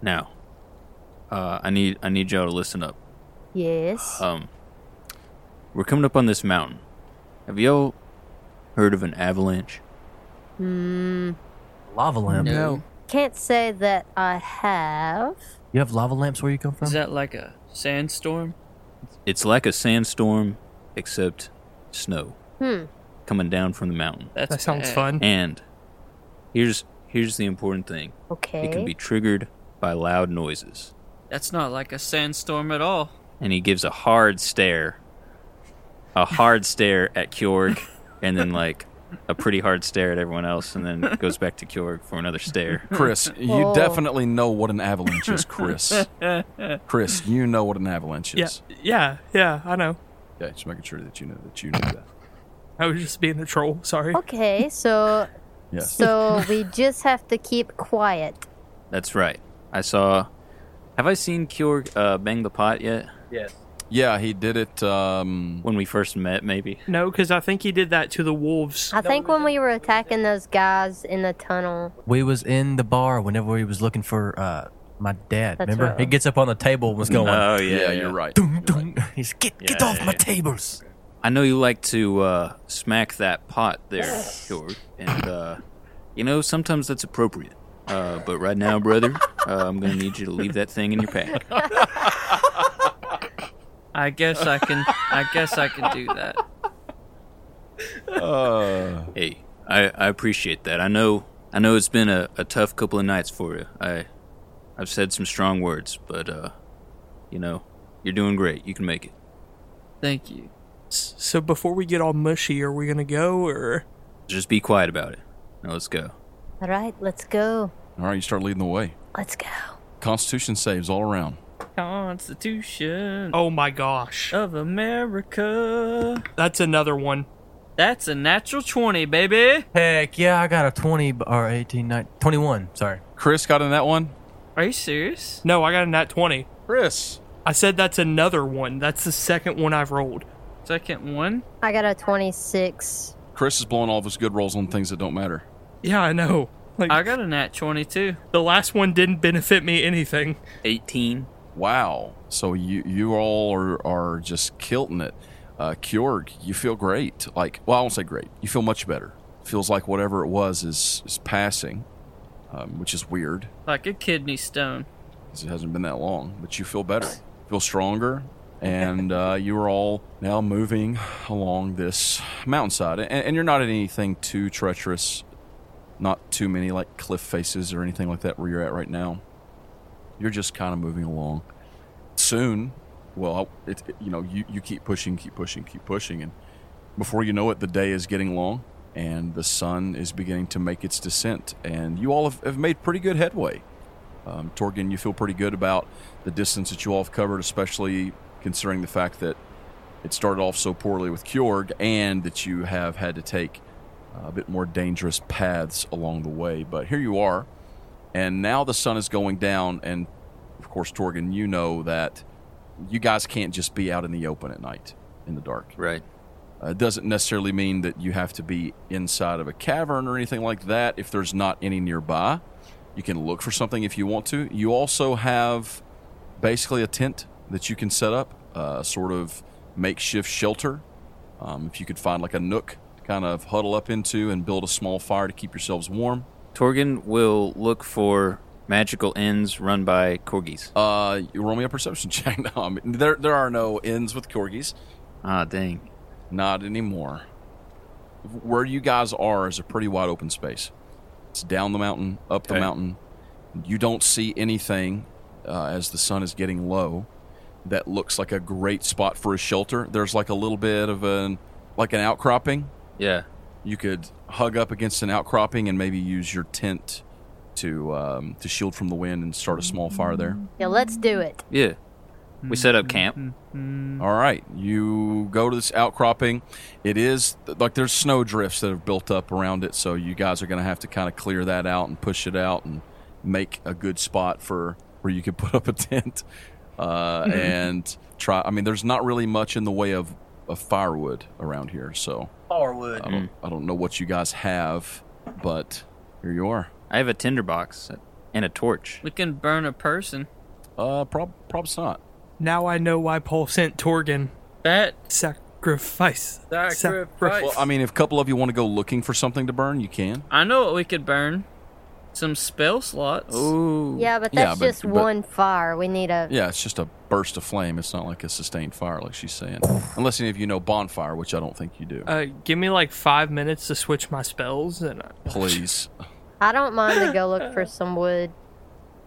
Speaker 7: now, uh, I need I need y'all to listen up.
Speaker 4: yes.
Speaker 7: Um, we're coming up on this mountain. Have y'all heard of an avalanche?
Speaker 5: Lava lamp.
Speaker 1: No.
Speaker 4: Hmm. Can't say that I have.
Speaker 5: You have lava lamps where you come from?
Speaker 1: Is that like a sandstorm?
Speaker 7: It's like a sandstorm, except snow coming down from the mountain.
Speaker 1: That's
Speaker 6: That sounds
Speaker 1: bad.
Speaker 6: fun.
Speaker 7: And here's here's the important thing.
Speaker 4: Okay.
Speaker 7: It can be triggered by loud noises.
Speaker 1: That's not like a sandstorm at all.
Speaker 7: and he gives a hard stare, a hard stare at Kjorg, and then like a pretty hard stare at everyone else, and then goes back to Kjorg for another stare.
Speaker 2: Chris, you
Speaker 4: Oh.
Speaker 2: definitely know what an avalanche is, Chris. Chris, you know what an avalanche
Speaker 6: Yeah,
Speaker 2: is.
Speaker 6: yeah, yeah. I know.
Speaker 2: Yeah, just making sure that you know that you know that.
Speaker 6: I was just being a troll. Sorry.
Speaker 4: Okay, so
Speaker 2: Yes.
Speaker 4: so we just have to keep quiet.
Speaker 7: That's right. I saw. Have I seen Kjorg uh, bang the pot yet?
Speaker 2: yeah, he did it um
Speaker 7: When we first met, maybe.
Speaker 6: No, because I think he did that to the wolves.
Speaker 4: I think when we were attacking those guys in the tunnel,
Speaker 5: We was in the bar whenever we was looking for uh, My dad,
Speaker 4: That's
Speaker 5: remember?
Speaker 4: right.
Speaker 5: He gets up on the table and was going,
Speaker 7: Oh
Speaker 2: Yeah,
Speaker 7: yeah,
Speaker 2: you're right.
Speaker 5: "Dum, dum." He's get get
Speaker 7: Yeah,
Speaker 5: off
Speaker 7: yeah,
Speaker 5: my
Speaker 7: yeah.
Speaker 5: tables.
Speaker 7: I know you like to uh, smack that pot there, George, and uh, you know sometimes that's appropriate. Uh, but right now, brother, uh, I'm gonna need you to leave that thing in your pack.
Speaker 1: I guess I can. I guess I can do that.
Speaker 7: Hey, I, I appreciate that. I know I know it's been a, a tough couple of nights for you. I I've said some strong words, but uh, you know you're doing great. You can make it.
Speaker 1: Thank you.
Speaker 6: S- So before we get all mushy, are we gonna go or?
Speaker 7: Just be quiet about it. Now let's go.
Speaker 4: All right, let's go.
Speaker 2: All right, you start leading the way.
Speaker 4: Let's go.
Speaker 2: Constitution saves all around.
Speaker 1: Constitution
Speaker 6: Oh my gosh,
Speaker 1: of America.
Speaker 6: that's another one.
Speaker 1: That's a natural twenty, baby.
Speaker 5: Heck yeah, I got a 20 b- or 18, 19, 21. Sorry.
Speaker 2: Chris got in that one.
Speaker 1: Are you serious?
Speaker 6: No, I got a nat twenty.
Speaker 2: Chris.
Speaker 6: I said that's another one. That's the second one I've rolled.
Speaker 1: Second one.
Speaker 4: I got a 26.
Speaker 2: Chris is blowing all of his good rolls on things that don't matter.
Speaker 6: Yeah, I know. Like
Speaker 1: I got a nat twenty too.
Speaker 6: the last one didn't benefit me anything.
Speaker 7: 18.
Speaker 2: Wow. So you you all are, are just kilting it. Uh, Kjorg, you feel great. Like, well, I won't say great. You feel much better. Feels like whatever it was is is passing, um, which is weird
Speaker 1: Like a kidney stone.
Speaker 2: because it hasn't been that long. But you feel better. Feel stronger. And uh, you are all now moving along this mountainside, and, and you're not at anything too treacherous. Not too many like cliff faces or anything like that where you're at right now. You're just kind of moving along soon, well, it, it- you know, you, you keep pushing, keep pushing, keep pushing, and before you know it, the day is getting long, and the sun is beginning to make its descent, and you all have, have made pretty good headway. Um, Torgan, you feel pretty good about the distance that you all have covered, especially considering the fact that it started off so poorly with Kjorg, and that you have had to take uh, a bit more dangerous paths along the way. But here you are, and now the sun is going down, and of course, Torgan, you know that you guys can't just be out in the open at night in the dark.
Speaker 7: Right.
Speaker 2: Uh, it doesn't necessarily mean that you have to be inside of a cavern or anything like that if there's not any nearby. You can look for something if you want to. You also have basically a tent that you can set up, uh, sort of makeshift shelter. Um, if you could find like a nook to kind of huddle up into and build a small fire to keep yourselves warm.
Speaker 7: Torgan will look for magical ends run by corgis.
Speaker 2: Uh, you roll me a perception check. No, I mean, there, there are no ends with corgis.
Speaker 7: Ah, dang.
Speaker 2: Not anymore. Where you guys are is a pretty wide open space. It's down the mountain, up the
Speaker 7: Okay.
Speaker 2: mountain. You don't see anything uh, as the sun is getting low that looks like a great spot for a shelter. There's like a little bit of an like an outcropping.
Speaker 7: Yeah.
Speaker 2: You could hug up against an outcropping and maybe use your tent to um, to shield from the wind and start a small fire there.
Speaker 4: Yeah, let's do it.
Speaker 7: Yeah. We set up camp.
Speaker 2: All right, you go to this outcropping. It is like there's snow drifts that have built up around it, so you guys are going to have to kind of clear that out and push it out and make a good spot for where you can put up a tent uh, and try. I mean, there's not really much in the way of, of firewood around here, so
Speaker 5: Farwood.
Speaker 2: I don't, I don't know what you guys have, but here you are.
Speaker 7: I have a tinderbox and a torch.
Speaker 1: We can burn a person.
Speaker 2: Uh, prob prob's not.
Speaker 6: Now I know why Paul sent Torgan.
Speaker 1: That
Speaker 6: Sacrifice.
Speaker 1: Sacrifice.
Speaker 2: Well, I mean, if a couple of you want to go looking for something to burn, you can.
Speaker 1: I know what we could burn. Some spell slots.
Speaker 7: Ooh.
Speaker 4: Yeah, but
Speaker 2: Yeah,
Speaker 4: that's
Speaker 2: but-
Speaker 4: just
Speaker 2: but-
Speaker 4: one fire. We need a.
Speaker 2: Yeah, it's just a burst of flame. It's not like a sustained fire, like she's saying. Unless any of you know bonfire, which I don't think you do.
Speaker 6: Uh, give me like five minutes to switch my spells, and I-
Speaker 2: Please.
Speaker 4: I don't mind to go look for some wood.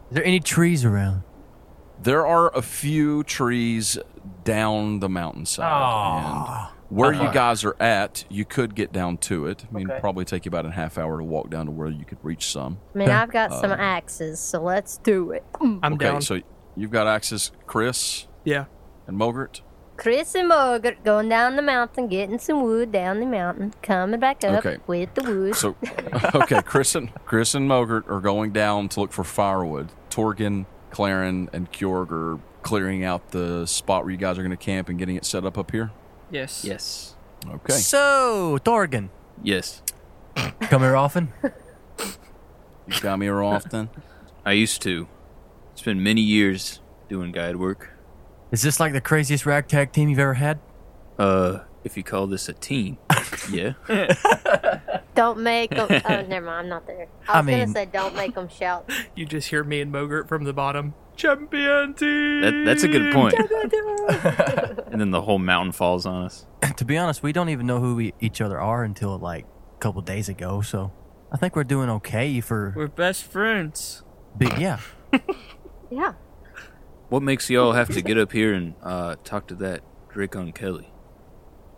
Speaker 5: Is there any trees around?
Speaker 2: There are a few trees down the mountainside. And where
Speaker 6: Uh-huh.
Speaker 2: you guys are at, you could get down to it. I mean, it'd probably take you about a half hour to walk down to where you could reach some.
Speaker 4: I mean, I've got
Speaker 2: Uh,
Speaker 4: some axes, so let's do it.
Speaker 6: I'm
Speaker 2: okay,
Speaker 6: down.
Speaker 2: so you've got access, Chris
Speaker 6: yeah.
Speaker 2: and Mogert.
Speaker 4: Chris and Mogart going down the mountain, getting some wood down the mountain, coming back up
Speaker 2: Okay.
Speaker 4: with the wood.
Speaker 2: So, okay, Chris and Chris and Mogert are going down to look for firewood. Torgan, Claren, and Kjorg are clearing out the spot where you guys are going to camp and getting it set up up here.
Speaker 1: Yes.
Speaker 7: Yes.
Speaker 2: Okay.
Speaker 5: So, Thorgan,
Speaker 7: Yes.
Speaker 5: come here often?
Speaker 2: You got me real often.
Speaker 7: I used to. It's been many years doing guide work.
Speaker 5: Is this like the craziest ragtag team you've ever had?
Speaker 7: Uh, if you call this a team, yeah.
Speaker 4: Don't make them. oh, never mind. I'm not there. I was
Speaker 5: I
Speaker 4: gonna
Speaker 5: mean-
Speaker 4: say don't make them shout.
Speaker 6: You just hear me and Mogert from the bottom. Champion team.
Speaker 7: That, that's a good point. and then the whole mountain falls on us.
Speaker 5: to be honest, we don't even know who we, each other are until like a couple days ago. So I think we're doing okay for
Speaker 1: We're best friends.
Speaker 5: big. Yeah,
Speaker 4: Yeah.
Speaker 7: What makes y'all have to get up here and uh, talk to that Dracon Kelly?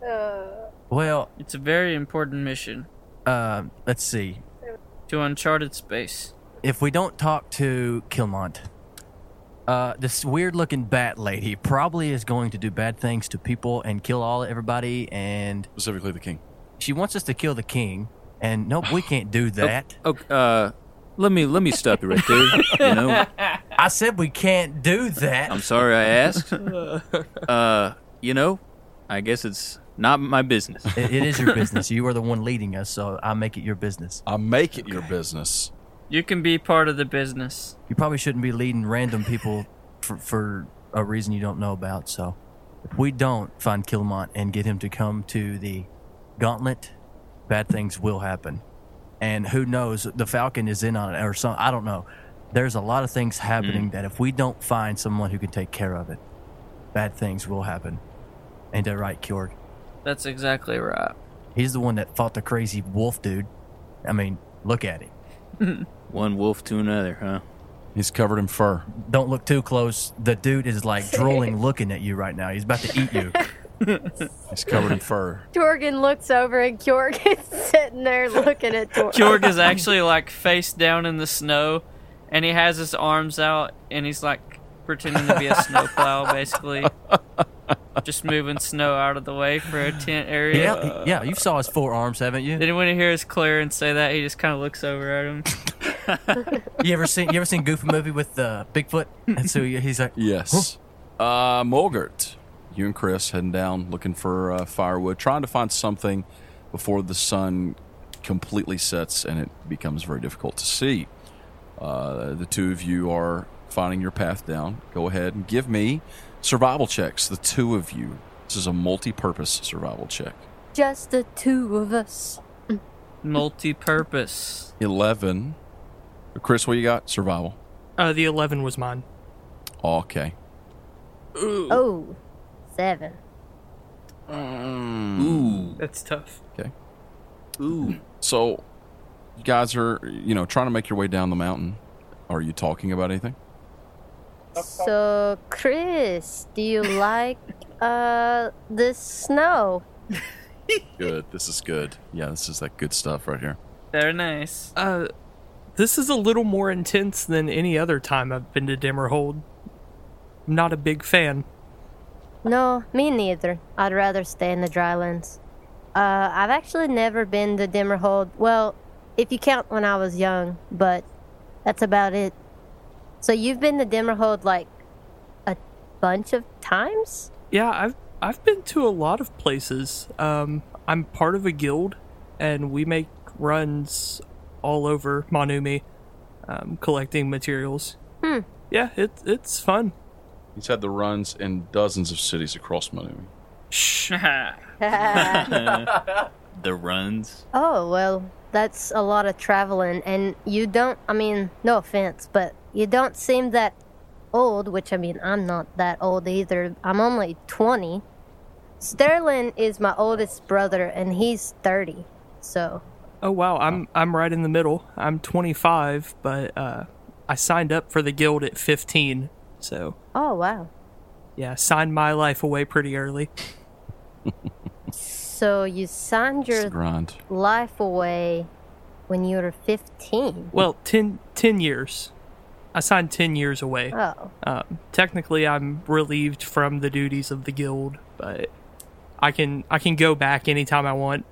Speaker 4: Uh,
Speaker 5: well,
Speaker 1: It's a very important mission
Speaker 5: uh, let's see.
Speaker 1: to uncharted space.
Speaker 5: If we don't talk to Kilmont, uh, this weird-looking bat lady probably is going to do bad things to people and kill all everybody. And
Speaker 2: Specifically the king.
Speaker 5: she wants us to kill the king. And nope, we can't do that.
Speaker 7: Oh, uh, let me let me stop you right there. You know,
Speaker 5: I said we can't do
Speaker 7: I'm
Speaker 5: that.
Speaker 7: sorry I asked. Uh, you know, I guess it's not my business.
Speaker 5: It- it is your business. You are the one leading us, so I make it your business.
Speaker 2: I make it your business.
Speaker 1: You can be part of the business.
Speaker 5: You probably shouldn't be leading random people for, for a reason you don't know about. So, if we don't find Kilmont and get him to come to the gauntlet, bad things will happen. And who knows? The Falcon is in on it, or some. I don't know. There's a lot of things happening that if we don't find someone who can take care of it, bad things will happen. Ain't that right, Kjorg?
Speaker 1: That's exactly right.
Speaker 5: He's the one that fought the crazy wolf dude. I mean, look at him.
Speaker 7: One wolf to another, huh?
Speaker 2: He's covered in fur.
Speaker 5: Don't look too close. The dude is like drooling, looking at you right now. He's about to eat you.
Speaker 2: He's covered in fur.
Speaker 4: Jorgen looks over and Jorgen's sitting there looking at Jorgen.
Speaker 1: Jorg is actually like face down in the snow, and he has his arms out, and he's like pretending to be a snowplow, basically, just moving snow out of the way for a tent area.
Speaker 5: Yeah, yeah. You saw his forearms, haven't you?
Speaker 1: Then when he hears Clarence say that, he just kind of looks over at him.
Speaker 5: You ever seen? You ever seen Goofy movie with uh, Bigfoot? And so he- he's like,
Speaker 2: Yes. Uh, Mulgert, you and Chris heading down looking for uh, firewood, trying to find something before the sun completely sets and it becomes very difficult to see. Uh, the two of you are finding your path down. Go ahead and give me survival checks, the two of you. This is a multi purpose survival check.
Speaker 4: Just the two of us.
Speaker 1: Multi-purpose.
Speaker 2: 11. Chris, what you got? Survival.
Speaker 6: Uh, the 11 was mine.
Speaker 2: Okay.
Speaker 4: Oh, seven.
Speaker 7: Ooh,
Speaker 6: That's tough.
Speaker 7: ooh.
Speaker 2: So, you guys are, you know, trying to make your way down the mountain. Are you talking about anything?
Speaker 4: So, Chris, do you like uh this snow?
Speaker 2: Good. This is good. Yeah, this is that good stuff right here.
Speaker 1: They're nice.
Speaker 6: Uh, this is a little more intense than any other time I've been to Dimmerhold. I'm not a big fan.
Speaker 4: No, me neither. I'd rather stay in the drylands. Uh, I've actually never been to Dimmerhold. Well, if you count when I was young, but that's about it. So you've been to Dimmerhold like a bunch of times?
Speaker 6: Yeah, I've I've been to a lot of places. Um, I'm part of a guild, and we make runs all over Manumi, um, collecting materials. Hmm. Yeah, it, it's fun.
Speaker 2: He's had the runs in dozens of cities across Manumi.
Speaker 6: Shh.
Speaker 7: The runs.
Speaker 4: Oh, well, that's a lot of traveling, and you don't, I mean, no offense, but you don't seem that old, which I mean, I'm not that old either. I'm only 20. Sterling is my oldest brother, and he's 30. So,
Speaker 6: Oh wow, I'm I'm right in the middle. I'm 25, but uh, I signed up for the guild at 15, so
Speaker 4: oh, wow.
Speaker 6: yeah, signed my life away pretty early.
Speaker 4: So, you signed
Speaker 2: It's the
Speaker 4: your
Speaker 2: grind.
Speaker 4: life away when you were 15.
Speaker 6: Well, 10, 10 years. I signed 10 years away.
Speaker 4: Oh,
Speaker 6: Um, technically, I'm relieved from the duties of the guild, but I can I can go back anytime I want.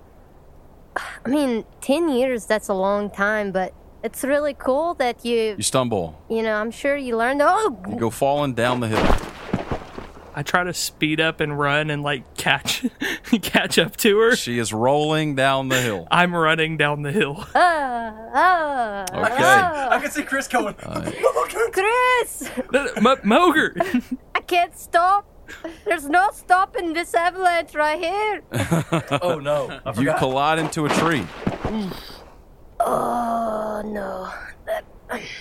Speaker 4: I mean, 10 years, that's a long time, but it's really cool that you,
Speaker 2: You stumble.
Speaker 4: you know, I'm sure you learned. Oh,
Speaker 2: You go falling down the hill.
Speaker 6: I I try to speed up and run and like catch catch up to her.
Speaker 2: She is rolling down the hill.
Speaker 6: I'm running down the hill.
Speaker 4: Ah, ah,
Speaker 2: Okay.
Speaker 4: ah.
Speaker 8: I can see Chris going.
Speaker 4: Oh, Chris,
Speaker 6: M- Moger,
Speaker 4: I can't stop. There's no stopping this avalanche right here.
Speaker 8: oh no! I
Speaker 2: You
Speaker 8: forgot.
Speaker 2: collide into a tree.
Speaker 4: Oh no, that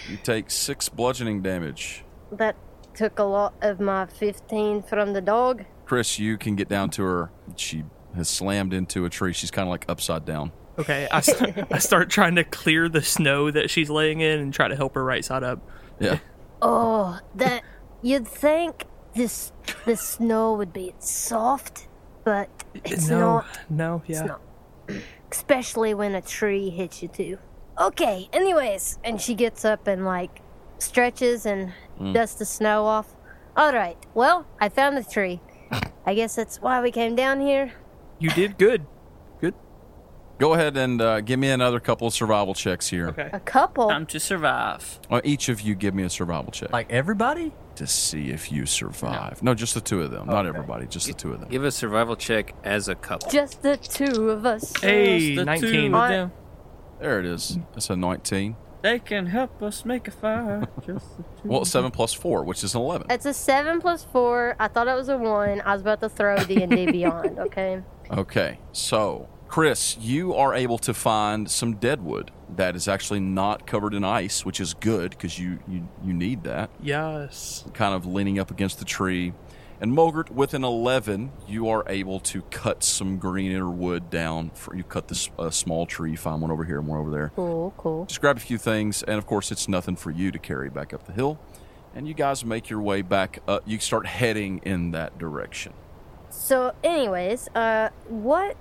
Speaker 2: You take six bludgeoning damage.
Speaker 4: that took a lot of my 15 from the dog.
Speaker 2: Chris, you can get down to her. She has slammed into a tree. She's kind of like upside down.
Speaker 6: Okay, I, st- I start trying to clear the snow that she's laying in and try to help her right side up.
Speaker 2: Yeah.
Speaker 4: Oh, that you'd think this the snow would be soft, but it's
Speaker 6: no,
Speaker 4: not.
Speaker 6: no, yeah.
Speaker 4: not. especially when a tree hits you too. Okay, anyways, and she gets up and like stretches and dusts the snow off. All right, well, I found the tree. I guess that's why we came down here.
Speaker 6: You did good.
Speaker 2: Go ahead and uh, give me another couple of survival checks here.
Speaker 6: Okay.
Speaker 4: A couple.
Speaker 1: Time to survive.
Speaker 2: Uh, each of you give me a survival check
Speaker 5: Like everybody?
Speaker 2: to see if you survive. No, just the two of them. Not everybody, just the two of them.
Speaker 7: Give a survival check as a couple.
Speaker 4: just the two of us.
Speaker 6: Hey,
Speaker 1: The
Speaker 6: nineteen.
Speaker 1: two of them,
Speaker 2: There it is. That's a 19.
Speaker 1: they can help us make a fire. Just the two.
Speaker 2: Well, 7 plus 4, which is an 11.
Speaker 4: It's a seven plus four. I thought it was a one. I was about to throw D and D Beyond. Okay.
Speaker 2: Okay, so Chris, you are able to find some deadwood that is actually not covered in ice, which is good because you, you you need that.
Speaker 6: Yes.
Speaker 2: Kind of leaning up against the tree, and Mogert with an eleven, you are able to cut some greener wood down. For, you cut this uh, small tree, find one over here and one over there.
Speaker 4: Cool. Cool.
Speaker 2: Just grab a few things, and of course, it's nothing for you to carry back up the hill. And you guys make your way back up. You start heading in that direction.
Speaker 4: So, anyways, uh, what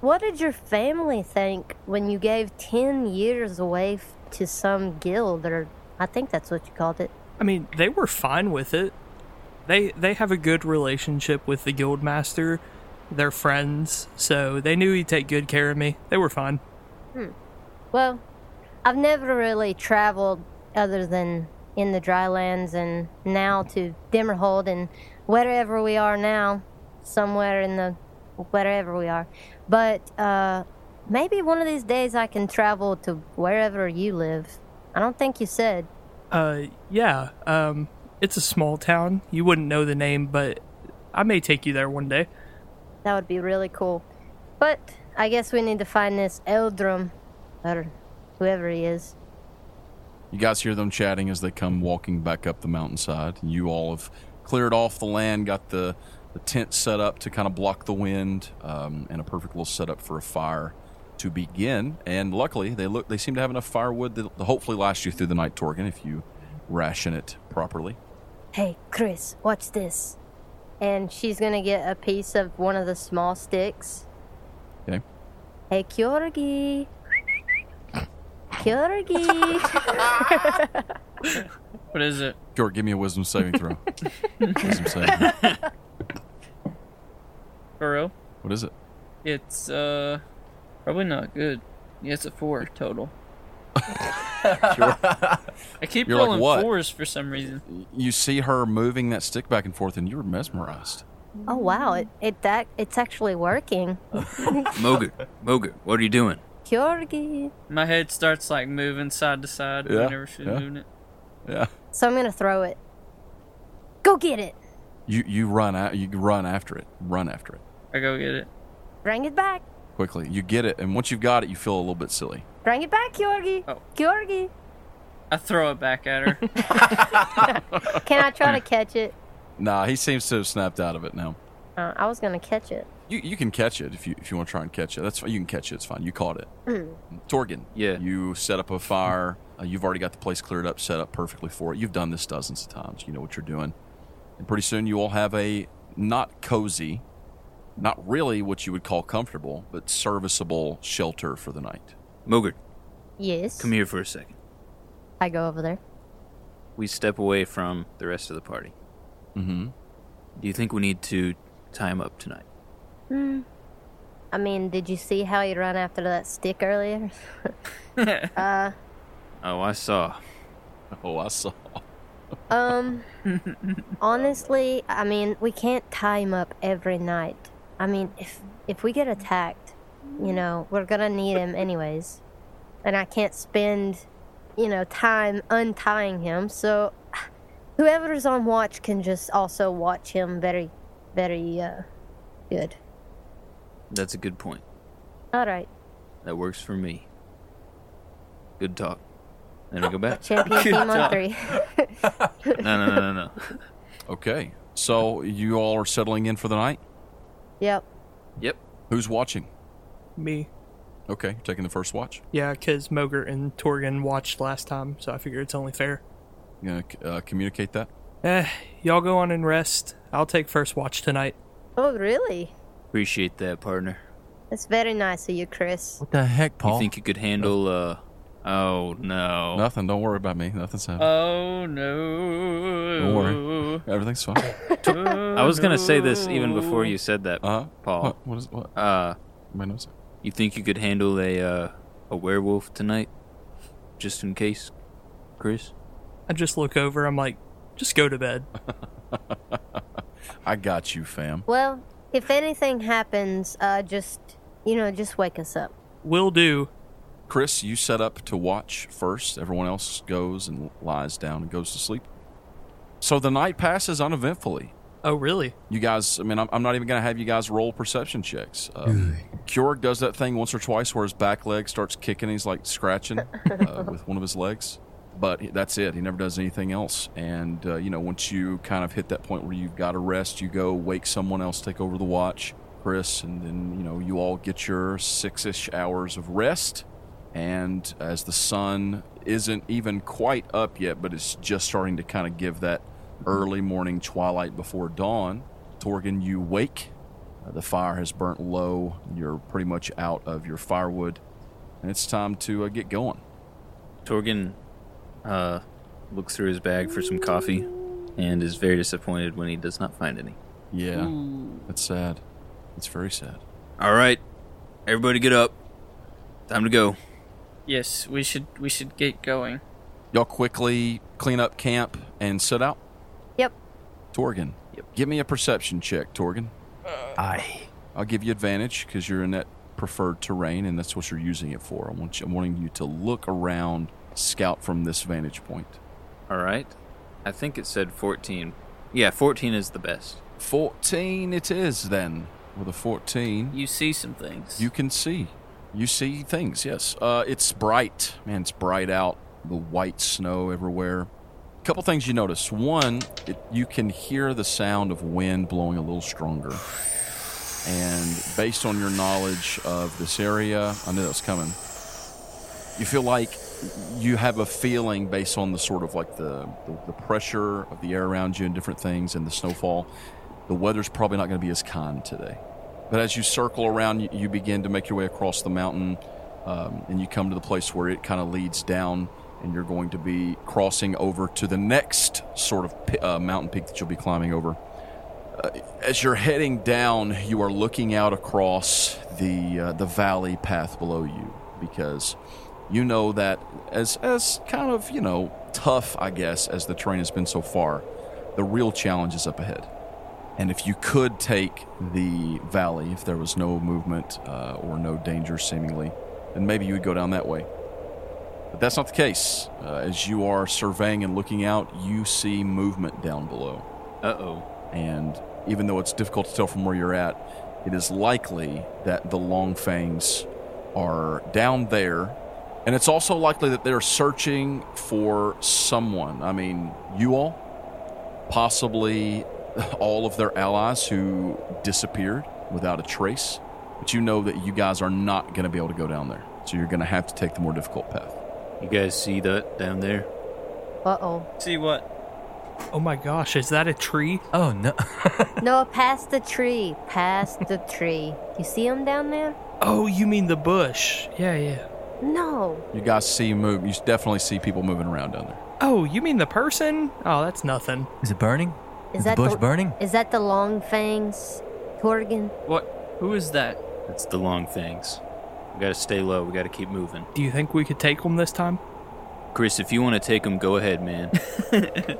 Speaker 4: what did your family think when you gave ten years away f- to some guild, or I think that's what you called it?
Speaker 6: I mean, they were fine with it. They they have a good relationship with the guild master. They're friends, so they knew he'd take good care of me. They were fine.
Speaker 4: Well, I've never really traveled other than in the drylands, and now to Dimmerhold and wherever we are now, somewhere in the wherever we are. But uh, maybe one of these days I can travel to wherever you live. I don't think you said.
Speaker 6: Uh, yeah. Um, it's a small town. You wouldn't know the name, but I may take you there one day.
Speaker 4: That would be really cool. But I guess we need to find this Eldrum, or whoever he is.
Speaker 2: You guys hear them chatting as they come walking back up the mountainside. You all have cleared off the land, got the, the tent set up to kind of block the wind, um, and a perfect little setup for a fire to begin. And luckily, they look they seem to have enough firewood that will hopefully last you through the night, Torgan, if you ration it properly.
Speaker 4: Hey, Chris, watch this. And she's gonna get a piece of one of the small sticks.
Speaker 2: Okay.
Speaker 4: Hey, Kyorgi. Kyorgi.
Speaker 1: What is it?
Speaker 2: George, give me a wisdom saving throw. wisdom saving. throw.
Speaker 1: For real?
Speaker 2: What is it?
Speaker 1: It's uh probably not good. Yeah, it's a four total. I keep
Speaker 2: You're like,
Speaker 1: rolling
Speaker 2: "What?"
Speaker 1: fours for some reason.
Speaker 2: You see her moving that stick back and forth, and you're mesmerized.
Speaker 4: oh wow, it, it that it's actually working.
Speaker 7: Moger, Moger, what are you doing?
Speaker 4: Kyorgi.
Speaker 1: My head starts like moving side to side
Speaker 2: Yeah,
Speaker 1: whenever she's
Speaker 2: yeah.
Speaker 1: doing it.
Speaker 2: Yeah.
Speaker 4: So I'm gonna throw it. Go get it.
Speaker 2: You you run out. You run after it. Run after it
Speaker 1: I go get it.
Speaker 4: Bring it back.
Speaker 2: quickly. You get it, and once you've got it, you feel a little bit silly.
Speaker 4: Bring it back, Kyorgi.
Speaker 1: Oh.
Speaker 4: Kyorgi.
Speaker 1: I throw it back at her.
Speaker 4: Can I try to catch it?
Speaker 2: Nah, he seems to have snapped out of it now.
Speaker 4: Uh, I was gonna catch it.
Speaker 2: You, you can catch it if you if you want to try and catch it. That's fine. You can catch it. It's fine. You caught it. Torgan.
Speaker 7: Yeah.
Speaker 2: You set up a fire. Uh, you've already got the place cleared up, set up perfectly for it. You've done this dozens of times. You know what you're doing. And pretty soon you all have a not cozy, not really what you would call comfortable, but serviceable shelter for the night.
Speaker 7: Moger,
Speaker 4: Yes.
Speaker 7: come here for a second.
Speaker 4: I go over there.
Speaker 7: We step away from the rest of the party.
Speaker 2: Mm-hmm.
Speaker 7: Do you think we need to tie him up tonight?
Speaker 4: I mean, did you see how he ran after that stick earlier?
Speaker 7: Oh, I saw.
Speaker 2: Oh, I saw.
Speaker 4: Um, honestly, I mean, we can't tie him up every night. I mean, if if we get attacked, you know, we're gonna need him anyways, and I can't spend, you know, time untying him. So, whoever's on watch can just also watch him very, very uh, good.
Speaker 7: That's a good point.
Speaker 4: All right,
Speaker 7: That works for me. Good talk. Then I go back.
Speaker 4: champion team on three.
Speaker 7: No, no, no, no, no.
Speaker 2: Okay. So you all are settling in for the night.
Speaker 4: yep.
Speaker 7: Yep.
Speaker 2: Who's watching?
Speaker 6: Me.
Speaker 2: Okay, taking the first watch.
Speaker 6: Yeah, because Mogert and Torgan watched last time, so I figure it's only fair.
Speaker 2: You gonna uh, communicate that?
Speaker 6: Eh, y'all go on and rest. I'll take first watch tonight.
Speaker 4: Oh, really?
Speaker 7: Appreciate that, partner.
Speaker 4: That's very nice of you, Chris.
Speaker 5: What the heck, Paul?
Speaker 7: You
Speaker 2: Oh.
Speaker 7: think you could handle? uh Oh no.
Speaker 2: Nothing. Don't worry about me. Nothing's happening.
Speaker 1: Oh no.
Speaker 2: don't worry. Everything's fine.
Speaker 7: I was gonna say this even before you said that,
Speaker 2: Uh,
Speaker 7: Paul.
Speaker 2: What, what is what?
Speaker 7: Uh,
Speaker 2: My nose.
Speaker 7: you think you could handle a uh, a werewolf tonight, just in case, Chris?
Speaker 6: I just look over. I'm like, just go to bed.
Speaker 2: I got you, fam.
Speaker 4: Well, if anything happens, uh, just you know, just wake us up.
Speaker 6: Will do.
Speaker 2: Chris, you set up to watch first. Everyone else goes and lies down and goes to sleep. So the night passes uneventfully.
Speaker 6: Oh, really?
Speaker 2: You guys, I mean, I'm, I'm not even going to have you guys roll perception checks. Um, Keurig does that thing once or twice where his back leg starts kicking. He's like scratching uh, with one of his legs, but he- that's it. He never does anything else. And, uh, you know, once you kind of hit that point where you've got to rest, you go wake someone else, take over the watch, Chris, and then, you know, you all get your six ish hours of rest. And as the sun isn't even quite up yet, but it's just starting to kind of give that early morning twilight before dawn, Torgan, you wake. Uh, the fire has burnt low. You're pretty much out of your firewood, and it's time to uh, get going.
Speaker 7: Torgan uh, looks through his bag for some coffee and is very disappointed when he does not find any.
Speaker 2: Yeah, that's sad. It's very sad.
Speaker 7: All right, everybody get up. Time to go.
Speaker 1: Yes, we should we should get going.
Speaker 2: Y'all quickly clean up camp and set out.
Speaker 4: Yep.
Speaker 2: Torgan, give me a perception check, Torgan.
Speaker 5: I
Speaker 2: I'll give you advantage because you're in that preferred terrain, and that's what you're using it for. I want you, I'm wanting you to look around, scout from this vantage point.
Speaker 7: All right. I think it said 14. Yeah, 14 is the best.
Speaker 2: 14 it is then. With a 14,
Speaker 1: You see some things.
Speaker 2: you can see. You see things, yes. Uh, it's bright. Man, it's bright out. The white snow everywhere. A couple things you notice. One, it, you can hear the sound of wind blowing a little stronger. And based on your knowledge of this area, I knew that was coming. You feel like you have a feeling based on the sort of like the, the, the pressure of the air around you and different things and the snowfall. The weather's probably not going to be as kind today. But as you circle around, you, you begin to make your way across the mountain, um, and you come to the place where it kind of leads down, and you're going to be crossing over to the next sort of pi- uh, mountain peak that you'll be climbing over. Uh, as you're heading down, you are looking out across the uh, the valley path below you because you know that as as kind of you know tough, I guess, as the train has been so far, the real challenge is up ahead. And if you could take the valley, if there was no movement uh, or no danger seemingly, then maybe you would go down that way. But that's not the case. Uh, as you are surveying and looking out, you see movement down below.
Speaker 7: Uh oh.
Speaker 2: And even though it's difficult to tell from where you're at, it is likely that the Long Fangs are down there. And it's also likely that they're searching for someone. I mean, you all, possibly all of their allies who disappeared without a trace. But you know that you guys are not going to be able to go down there. So you're going to have to take the more difficult path.
Speaker 7: You guys see that down there?
Speaker 4: Uh oh.
Speaker 1: see what?
Speaker 6: Oh my gosh, is that a tree?
Speaker 5: oh no
Speaker 4: No, past the tree. Past the tree. You see him down there?
Speaker 6: Oh, you mean the bush? Yeah, yeah.
Speaker 4: No.
Speaker 2: You guys see move. You definitely see people moving around down there.
Speaker 6: Oh, you mean the person? Oh, that's nothing.
Speaker 5: is it burning?
Speaker 4: Is
Speaker 5: Is
Speaker 4: that
Speaker 5: the bush
Speaker 4: the-
Speaker 5: burning?
Speaker 4: Is that the long fangs, Torgan?
Speaker 1: What? Who is that?
Speaker 7: That's the long things. We gotta stay low. We gotta keep moving.
Speaker 6: Do you think we could take them this time?
Speaker 7: Chris, if you want to take them, go ahead, man.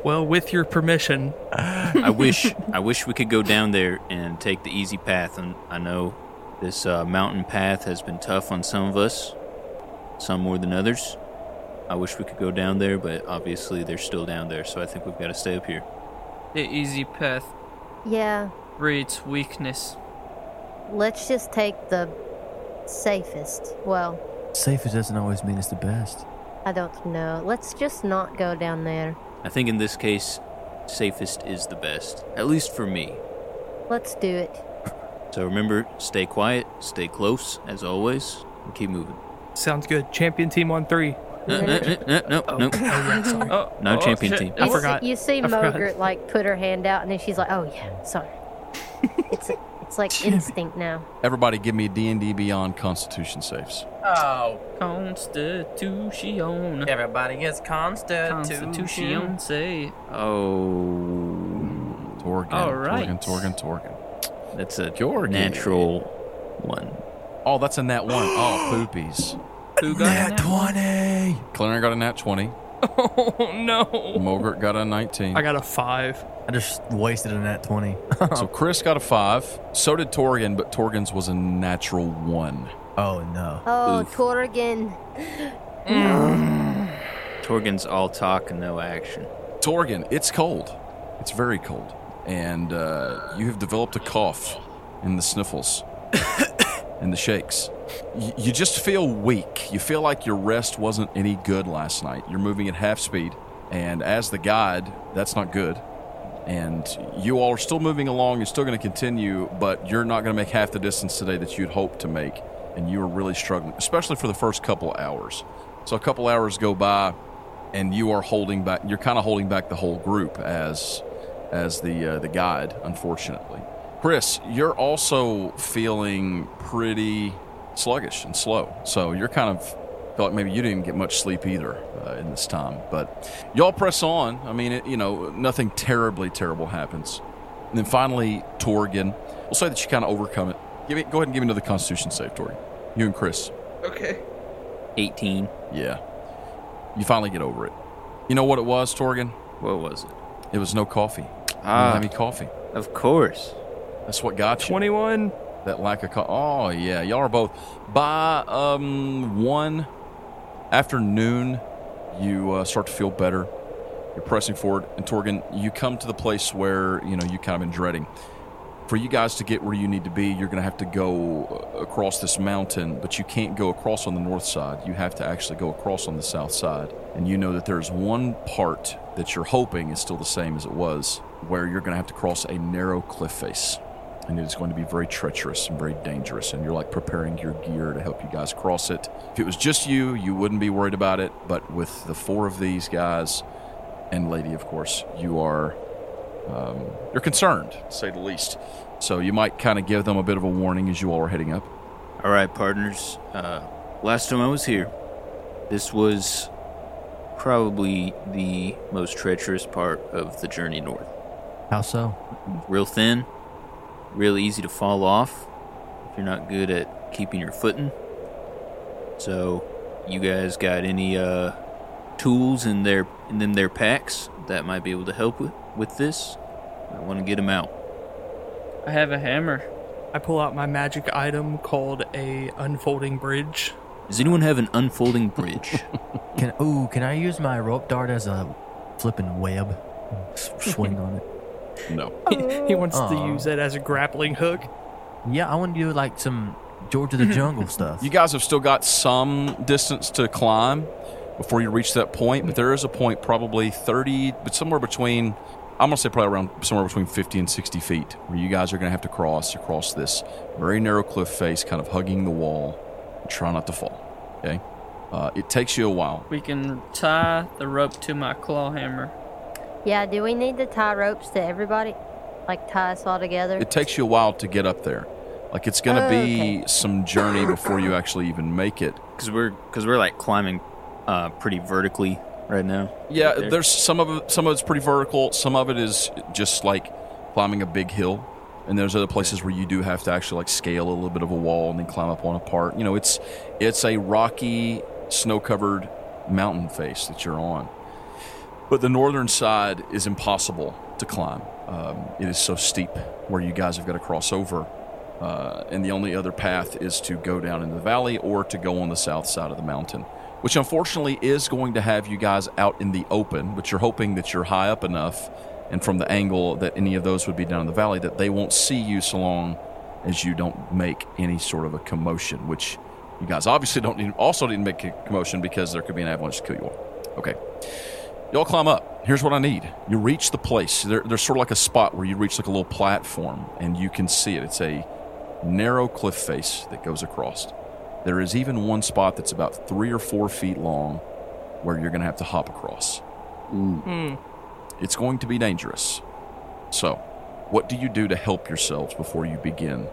Speaker 6: Well, with your permission,
Speaker 7: I wish I wish we could go down there and take the easy path. And I know this uh, mountain path has been tough on some of us, some more than others. I wish we could go down there, but obviously they're still down there, so I think we've got to stay up here.
Speaker 1: The easy path
Speaker 4: Yeah,
Speaker 1: breeds weakness.
Speaker 4: let's just take the safest. Well,
Speaker 5: Safest doesn't always mean it's the best.
Speaker 4: I don't know. Let's just not go down there.
Speaker 7: I think in this case, safest is the best, at least for me.
Speaker 4: Let's do it.
Speaker 7: So remember, stay quiet, stay close, as always, and keep moving. Uh,
Speaker 6: sounds good. Champion team on three.
Speaker 7: No, no, no, no, no, no.
Speaker 1: Oh,
Speaker 7: No
Speaker 1: oh,
Speaker 7: champion
Speaker 1: shit.
Speaker 7: team.
Speaker 6: I
Speaker 4: you
Speaker 6: forgot.
Speaker 4: See, you see
Speaker 6: I forgot.
Speaker 4: Mogert like put her hand out, and then she's like, "Oh yeah, sorry." it's it's like instinct now.
Speaker 2: Everybody, give me D and D Beyond Constitution saves.
Speaker 8: Oh,
Speaker 1: Constitution.
Speaker 8: everybody gets constitution.
Speaker 1: Constitution say.
Speaker 7: Oh,
Speaker 2: Torgan,
Speaker 1: All right.
Speaker 2: Torgan, Torgan, Torgan.
Speaker 7: that's a
Speaker 2: Jorgen.
Speaker 7: natural one.
Speaker 2: Oh, that's a nat one. Oh, poopies.
Speaker 1: Who got that?
Speaker 5: twenty.
Speaker 2: Cleaner got a nat twenty.
Speaker 6: Oh no!
Speaker 2: Mogert got a nineteen.
Speaker 6: I got a five.
Speaker 5: I just wasted a nat twenty.
Speaker 2: so Chris got a five. So did Torgan, but Torgan's was a natural one.
Speaker 5: oh no.
Speaker 4: Oh,
Speaker 7: Oof.
Speaker 4: Torgan.
Speaker 7: Torgan's all talk and no action.
Speaker 2: Torgan, it's cold. It's very cold, and uh, you have developed a cough, and the sniffles, and the shakes. Y- you just feel weak. You feel like your rest wasn't any good last night. You're moving at half speed, and as the guide, that's not good. And you all are still moving along. You're still going to continue, but you're not going to make half the distance today that you'd hoped to make. And you are really struggling, especially for the first couple hours. So a couple hours go by, and you are holding back. You're kind of holding back the whole group as as the uh, the guide, unfortunately. Chris, you're also feeling pretty sluggish and slow. So you're kind of feel like maybe you didn't get much sleep either uh, in this time. But y'all press on. I mean, it, you know, nothing terribly terrible happens. And then finally, Torgan. We'll say that you kind of overcome it. Give me, go ahead and give me another Constitution save, Torgan. You and Chris.
Speaker 8: Okay.
Speaker 7: 18.
Speaker 2: Yeah. You finally get over it. You know what it was, Torgan?
Speaker 7: What was it?
Speaker 2: It was no coffee.
Speaker 7: Ah.
Speaker 2: Ah, have any coffee.
Speaker 7: Of course.
Speaker 2: That's what got you.
Speaker 6: Twenty-one.
Speaker 2: That lack of co- oh yeah, y'all are both by um one afternoon. You uh, start to feel better. You're pressing forward, and Torgan, you come to the place where you know you kind of been dreading. For you guys to get where you need to be, you're going to have to go uh, across this mountain, but you can't go across on the north side. You have to actually go across on the south side. And you know that there's one part that you're hoping is still the same as it was, where you're going to have to cross a narrow cliff face and it is going to be very treacherous and very dangerous. And you're like preparing your gear to help you guys cross it. If it was just you, you wouldn't be worried about it. But with the four of these guys and lady, of course, you are um, you're concerned, to say the least. So you might kind of give them a bit of a warning as you all are heading up.
Speaker 7: All right, partners. Uh, last time I was here, this was probably the most treacherous part of the journey north.
Speaker 5: How so?
Speaker 7: Real thin, real easy to fall off if you're not good at keeping your footing. So, you guys got any uh, tools in their in them their packs that might be able to help with, with this? I want to get them out.
Speaker 1: I have a hammer.
Speaker 6: I pull out my magic item called a unfolding bridge.
Speaker 7: Does anyone have an unfolding bridge?
Speaker 5: Can ooh? Can I use my rope dart as a flipping web? S- Swing on it.
Speaker 2: No,
Speaker 6: he wants
Speaker 5: Aw.
Speaker 6: to use it as a grappling hook.
Speaker 5: Yeah, I want to do like some George of the Jungle stuff.
Speaker 2: you guys have still got some distance to climb before you reach that point, but there is a point probably 30, but somewhere between. I'm gonna say probably around somewhere between 50 and 60 feet, where you guys are gonna have to cross across this very narrow cliff face, kind of hugging the wall. Try not to fall. Okay, uh, it takes you a while.
Speaker 1: We can tie the rope to my claw hammer.
Speaker 4: Yeah, do we need to tie ropes to everybody? Like tie us all together?
Speaker 2: It takes you a while to get up there. Like it's gonna be
Speaker 4: Okay.
Speaker 2: some journey before you actually even make it.
Speaker 7: Because we're because we're like climbing uh, pretty vertically right now.
Speaker 2: Yeah,
Speaker 7: Right there.
Speaker 2: there's some of it, some of it's pretty vertical. Some of it is just like climbing a big hill, and there's other places where you do have to actually like scale a little bit of a wall and then climb up on a part. You know, it's it's a rocky, snow covered mountain face that you're on. But the northern side is impossible to climb. Um, it is so steep where you guys have got to cross over. Uh, and the only other path is to go down into the valley or to go on the south side of the mountain, which unfortunately is going to have you guys out in the open. But you're hoping that you're high up enough and from the angle that any of those would be down in the valley that they won't see you so long as you don't make any sort of a commotion, which you guys obviously don't need, also didn't make a commotion because there could be an avalanche to kill you all. Okay. Y'all climb up. Here's what I need. You reach the place. There, there's sort of like a spot where you reach like a little platform and you can see it. It's a narrow cliff face that goes across. There is even one spot that's about three or four feet long where you're going to have to hop across. It's going to be dangerous. So, what do you do to help yourselves before you begin?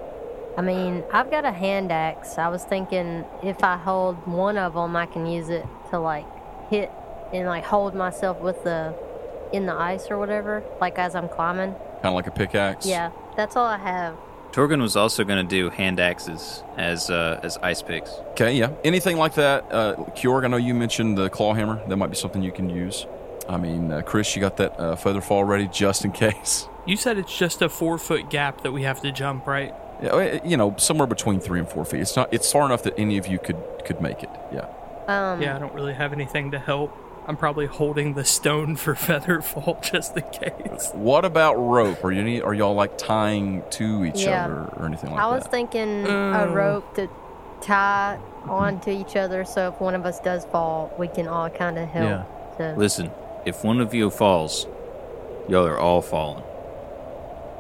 Speaker 4: I mean, I've got a hand axe. I was thinking if I hold one of them, I can use it to like hit and like hold myself with the in the ice or whatever, like as I'm climbing.
Speaker 2: Kind of like a pickaxe?
Speaker 4: Yeah, that's all I have.
Speaker 7: Torgon was also going to do hand axes as uh, as ice picks.
Speaker 2: Okay, yeah. Anything like that. Uh, Kjorg, I know you mentioned the claw hammer. That might be something you can use. I mean, uh, Chris, you got that uh, feather fall ready just in case.
Speaker 6: You said it's just a four foot gap that we have to jump, right?
Speaker 2: Yeah, uh, you know, somewhere between three and four feet. It's not. It's far enough that any of you could could make it. Yeah.
Speaker 4: Um,
Speaker 6: Yeah, I don't really have anything to help. I'm probably holding the stone for Featherfall just in case.
Speaker 2: What about rope? Are you any, are y'all like tying to each
Speaker 4: Yeah.
Speaker 2: other or anything like
Speaker 4: I was
Speaker 2: that?
Speaker 4: thinking a rope to tie onto each other so if one of us does fall, we can all kind of help. Yeah.
Speaker 7: Listen, if one of you falls, y'all are all falling.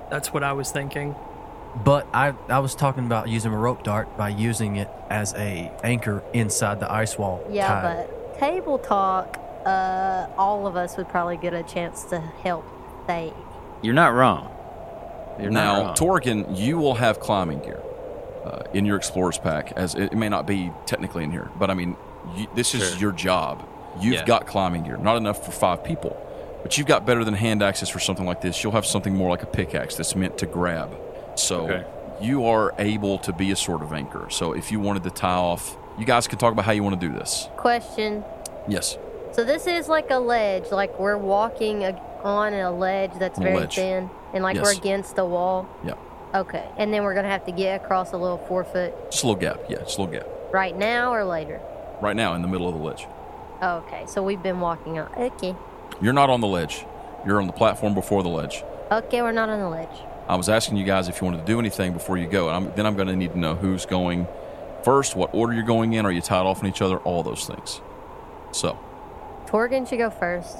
Speaker 6: That's what I was thinking.
Speaker 5: But I, I was talking about using a rope dart by using it as a anchor inside the ice wall.
Speaker 4: yeah,
Speaker 5: tied.
Speaker 4: but table talk, uh, all of us would probably get a chance to help. They.
Speaker 7: You're not wrong. You're
Speaker 2: now,
Speaker 7: not wrong.
Speaker 2: Torgan, you will have climbing gear uh, in your explorer's pack, as it, it may not be technically in here, but I mean, you, this is
Speaker 7: Sure.
Speaker 2: your job. You've
Speaker 7: Yeah.
Speaker 2: got climbing gear, not enough for five people, but you've got better than hand axes for something like this. You'll have something more like a pickaxe that's meant to grab. So
Speaker 7: Okay.
Speaker 2: you are able to be a sort of anchor. So if you wanted to tie off, you guys can talk about how you want to do this.
Speaker 4: Question.
Speaker 2: Yes.
Speaker 4: So this is like a ledge, like we're walking a, on a ledge that's
Speaker 2: On a
Speaker 4: very
Speaker 2: ledge.
Speaker 4: thin, and like we're
Speaker 2: Yes.
Speaker 4: against the wall.
Speaker 2: Yeah.
Speaker 4: Okay, and then we're gonna have to get across a little four foot
Speaker 2: Just a little gap. Yeah, just a little gap.
Speaker 4: right now or later.
Speaker 2: Right now, in the middle of the ledge.
Speaker 4: Okay, so we've been walking on. Okay,
Speaker 2: You're not on the ledge, you're on the platform before the ledge.
Speaker 4: okay, we're not on the ledge.
Speaker 2: I was asking you guys if you wanted to do anything before you go, and I'm, then I'm going to need to know who's going first, what order you're going in, are you tied off on each other, all those things. So,
Speaker 4: Torgan should go first.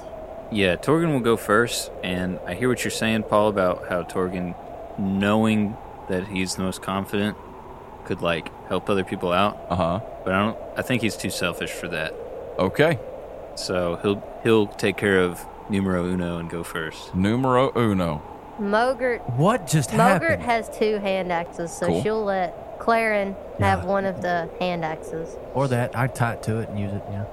Speaker 7: Yeah, Torgon will go first, and I hear what you're saying, Paul, about how Torgon, knowing that he's the most confident, could like help other people out.
Speaker 2: uh huh.
Speaker 7: But I don't. I think he's too selfish for that.
Speaker 2: Okay.
Speaker 7: So he'll he'll take care of numero uno and go first.
Speaker 2: Numero uno.
Speaker 4: Mogert.
Speaker 5: what just
Speaker 4: Mogert
Speaker 5: happened?
Speaker 4: has two hand axes, so
Speaker 2: Cool.
Speaker 4: she'll let Claren have
Speaker 5: Yeah.
Speaker 4: one of the hand axes.
Speaker 5: or that I tie it to it and use it. Yeah.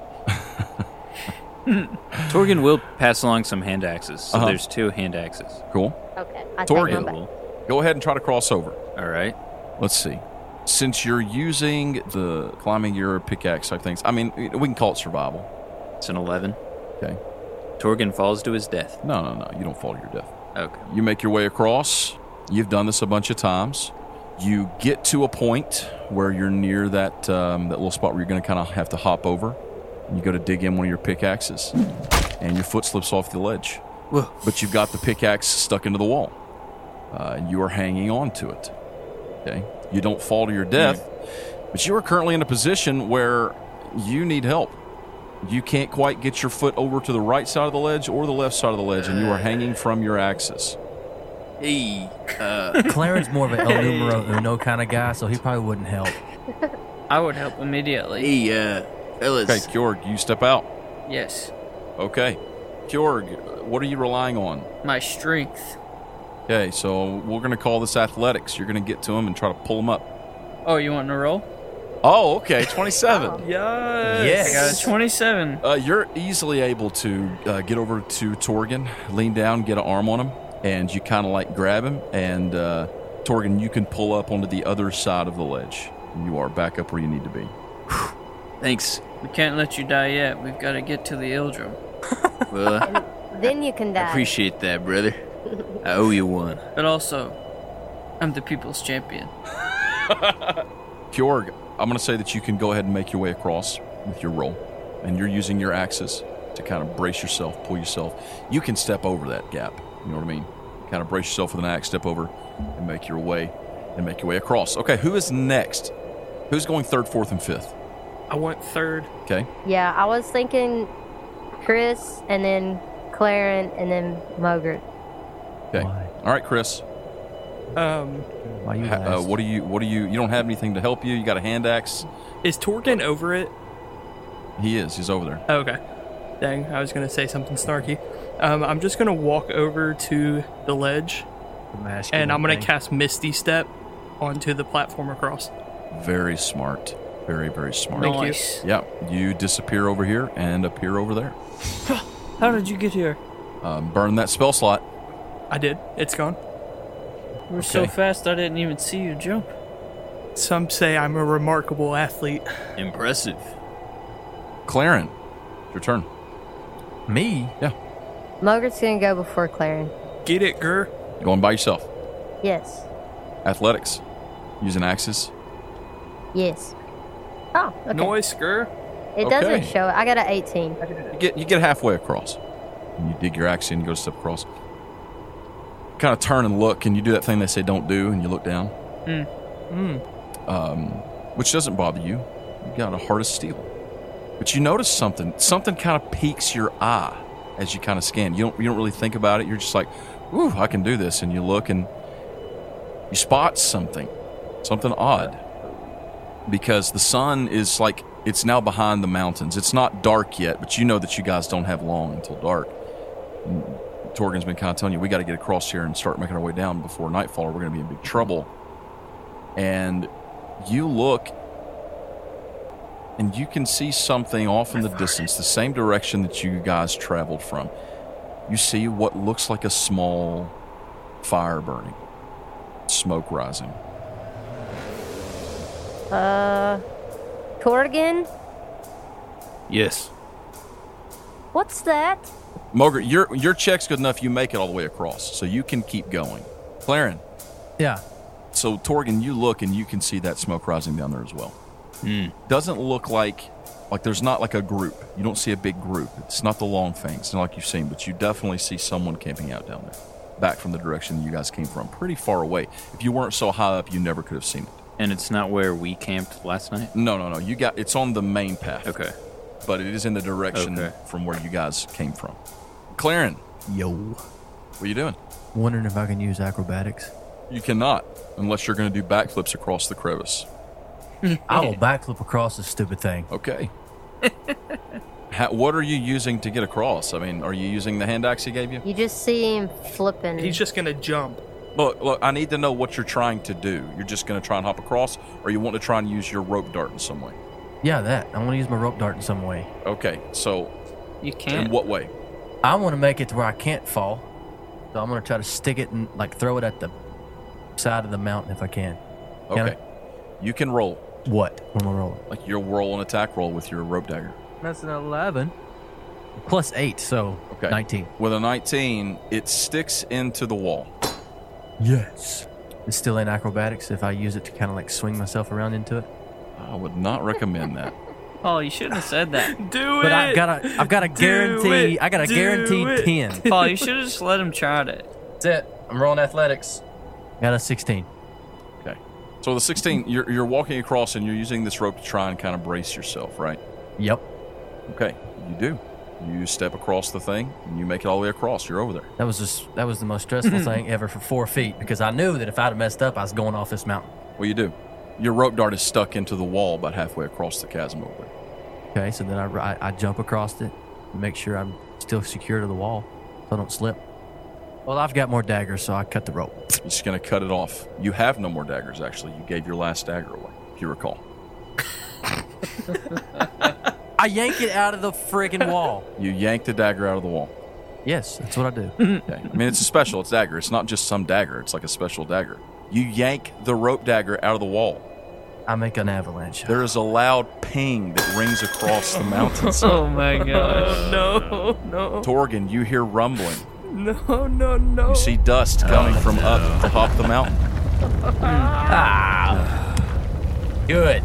Speaker 7: Torgon will pass along some hand axes. So
Speaker 2: Uh-huh.
Speaker 7: there's two hand axes.
Speaker 2: Cool.
Speaker 4: Okay, I
Speaker 2: Torgan.
Speaker 4: take my back.
Speaker 7: Available.
Speaker 2: Go ahead and try to cross over.
Speaker 7: All right.
Speaker 2: Let's see. Since you're using the climbing gear or pickaxe type things, I mean, we can call it survival.
Speaker 7: It's an 11.
Speaker 2: Okay.
Speaker 7: Torgon falls to his death.
Speaker 2: No, no, no. You don't fall to your death.
Speaker 7: Okay.
Speaker 2: You make your way across. You've done this a bunch of times. You get to a point where you're near that um, that little spot where you're going to kind of have to hop over. And you go to dig in one of your pickaxes, and your foot slips off the ledge. But you've got the pickaxe stuck into the wall, uh, and you are hanging on to it. Okay, you don't fall to your death, but you are currently in a position where you need help. You can't quite get your foot over to the right side of the ledge or the left side of the ledge, and you are hanging from your axis.
Speaker 7: Hey,
Speaker 5: Clarence more of an El Numero Uno kind of guy, so he probably wouldn't help.
Speaker 1: I would help immediately.
Speaker 7: hey, uh, fellas.
Speaker 2: Okay, Kjorg, you step out.
Speaker 1: Yes,
Speaker 2: Okay. Kjorg, what are you relying on?
Speaker 1: my strength.
Speaker 2: Okay, so we're going to call this athletics. You're going to get to him and try to pull him up.
Speaker 1: Oh, you want to roll?
Speaker 2: Oh, okay, 27.
Speaker 1: I got a 27.
Speaker 2: Uh, you're easily able to uh, get over to Torgan, lean down, get an arm on him, and you kind of like grab him. And uh, Torgan, you can pull up onto the other side of the ledge. You are back up where you need to be.
Speaker 7: Thanks.
Speaker 1: We can't let you die yet. We've got to get to the Ildrum.
Speaker 7: Well, uh,
Speaker 4: Then you can
Speaker 7: I
Speaker 4: die.
Speaker 7: appreciate that, brother. I owe you one.
Speaker 1: But also, I'm the people's champion.
Speaker 2: Kjorg, I'm going to say that you can go ahead and make your way across with your roll, and you're using your axis to kind of brace yourself, pull yourself. You can step over that gap. You know what I mean? Kind of brace yourself with an axe, step over, and make your way, and make your way across. Okay, who is next? Who's going third, fourth, and fifth?
Speaker 6: I want third.
Speaker 2: Okay,
Speaker 4: yeah, I was thinking Chris and then Clarence and then Mogert.
Speaker 2: okay.
Speaker 5: Why?
Speaker 2: All right, Chris.
Speaker 6: Um,
Speaker 5: Why you
Speaker 2: ha- uh,
Speaker 5: last?
Speaker 2: what do you? What do you? You don't have anything to help you. You got a hand axe.
Speaker 6: is Torgan over it? Oh,
Speaker 2: He is. He's over there.
Speaker 6: Okay. Dang, I was gonna say something snarky. Um, I'm just gonna walk over to the ledge
Speaker 5: The masculine
Speaker 6: and I'm gonna
Speaker 5: thing.
Speaker 6: cast Misty Step onto the platform across.
Speaker 2: Very smart. Very, very smart.
Speaker 6: Thank you.
Speaker 1: nice.
Speaker 2: Yeah, you disappear over here and appear over there.
Speaker 1: How did you get here?
Speaker 2: Um, burn that spell slot.
Speaker 6: I did. It's gone.
Speaker 1: We're so
Speaker 2: Okay.
Speaker 1: fast, I didn't even see you jump.
Speaker 6: Some say I'm a remarkable athlete.
Speaker 7: Impressive.
Speaker 2: Claren, your turn.
Speaker 5: Me?
Speaker 4: Mogert's gonna go before Clarence.
Speaker 6: Get it, Gur?
Speaker 2: Going by yourself.
Speaker 4: Yes.
Speaker 2: Athletics. Using axes.
Speaker 4: Yes. Oh, okay.
Speaker 6: Noise, Gur?
Speaker 4: It doesn't
Speaker 2: Okay.
Speaker 4: show it. I got an 18.
Speaker 2: You get you get halfway across. And you dig your axe in, you go to step across. Kind of turn and look, and you do that thing they say don't do, and you look down.
Speaker 1: Mm.
Speaker 2: Um, which doesn't bother you. You got a heart of steel. But you notice something. Something kind of piques your eye as you kind of scan. You don't you don't really think about it. You're just like, ooh, I can do this. And you look and you spot something. Something odd. because the sun is like it's now behind the mountains. It's not dark yet, but you know that you guys don't have long until dark. And Torgan's been kind of telling you we got to get across here and start making our way down before nightfall, or we're going to be in big trouble. And you look, and you can see something off in the distance, the same direction that you guys traveled from. You see what looks like a small fire burning, smoke rising.
Speaker 4: Uh, Torgan,
Speaker 7: Yes.
Speaker 4: what's that?
Speaker 2: Mogert, your your check's good enough. You make it all the way across, so you can keep going. Claren,
Speaker 5: Yeah.
Speaker 2: so Torgan, you look and you can see that smoke rising down there as well.
Speaker 7: Hmm.
Speaker 2: Doesn't look like like there's not like a group. You don't see a big group. It's not the long thing. It's not like you've seen, but you definitely see someone camping out down there, back from the direction you guys came from, pretty far away. If you weren't so high up, you never could have seen it.
Speaker 7: And it's not where we camped last night?
Speaker 2: No, no, no. You got it's on the main path.
Speaker 7: Okay.
Speaker 2: but it is in the direction
Speaker 7: Okay.
Speaker 2: from where you guys came from. Claren,
Speaker 5: Yo.
Speaker 2: what are you doing?
Speaker 5: Wondering if I can use acrobatics.
Speaker 2: You cannot, unless you're going to do backflips across the crevice.
Speaker 5: I will backflip across this stupid thing.
Speaker 2: Okay. How, what are you using to get across? I mean, are you using the hand axe he gave you?
Speaker 4: You just see him flipping.
Speaker 6: He's just gonna jump.
Speaker 2: Look, look, I need to know what you're trying to do. You're just going to try and hop across, or you want to try and use your rope dart in some way?
Speaker 5: Yeah, that. I want to use my rope dart in some way.
Speaker 2: Okay, so
Speaker 1: You
Speaker 2: in
Speaker 1: can't.
Speaker 2: what way?
Speaker 5: I want to make it to where I can't fall. So I'm going to try to stick it and like throw it at the side of the mountain if I can. Can I-
Speaker 2: Okay. You can roll,
Speaker 5: What? What am I rolling?
Speaker 2: like your roll and attack roll with your rope dagger.
Speaker 5: That's an 11. Plus 8, so
Speaker 2: Okay.
Speaker 5: 19.
Speaker 2: With a 19, it sticks into the wall.
Speaker 5: Yes. It's still in acrobatics if I use it to kind of like swing myself around into it.
Speaker 2: I would not recommend that.
Speaker 1: Paul, you shouldn't have said that.
Speaker 6: Do
Speaker 5: But
Speaker 6: it!
Speaker 5: I've got a, I've got a guarantee,
Speaker 6: it.
Speaker 5: I got a
Speaker 6: Do
Speaker 5: guaranteed
Speaker 6: it.
Speaker 5: 10.
Speaker 1: Paul, you should have just let him try it.
Speaker 5: That's it. I'm rolling athletics. Got a 16.
Speaker 2: So the 16, you're, you're walking across and you're using this rope to try and kind of brace yourself, right?
Speaker 5: Yep.
Speaker 2: Okay, you do. You step across the thing and you make it all the way across. You're over there.
Speaker 5: That was just that was the most stressful thing ever for four feet because I knew that if I'd have messed up, I was going off this mountain.
Speaker 2: Well, you do. Your rope dart is stuck into the wall about halfway across the chasm over there.
Speaker 5: Okay, so then I, I, I jump across it, and make sure I'm still secure to the wall, so I don't slip. Well, I've got more daggers, so I cut the rope.
Speaker 2: You're just going to cut it off. You have no more daggers, actually. You gave your last dagger away, if you recall.
Speaker 5: I yank it out of the friggin' wall.
Speaker 2: You yanked the dagger out of the wall.
Speaker 5: yes, that's what I do.
Speaker 2: Okay. I mean, it's a special. It's dagger. It's not just some dagger. It's like a special dagger. You yank the rope dagger out of the wall.
Speaker 5: I make an avalanche.
Speaker 2: There is a loud ping that rings across the mountainside.
Speaker 1: Oh my gosh.
Speaker 6: No, no,
Speaker 2: Torgan, you hear rumbling.
Speaker 6: no, no, no.
Speaker 2: You see dust coming
Speaker 7: Oh,
Speaker 2: from up the top of the mountain.
Speaker 6: Ah.
Speaker 8: Good.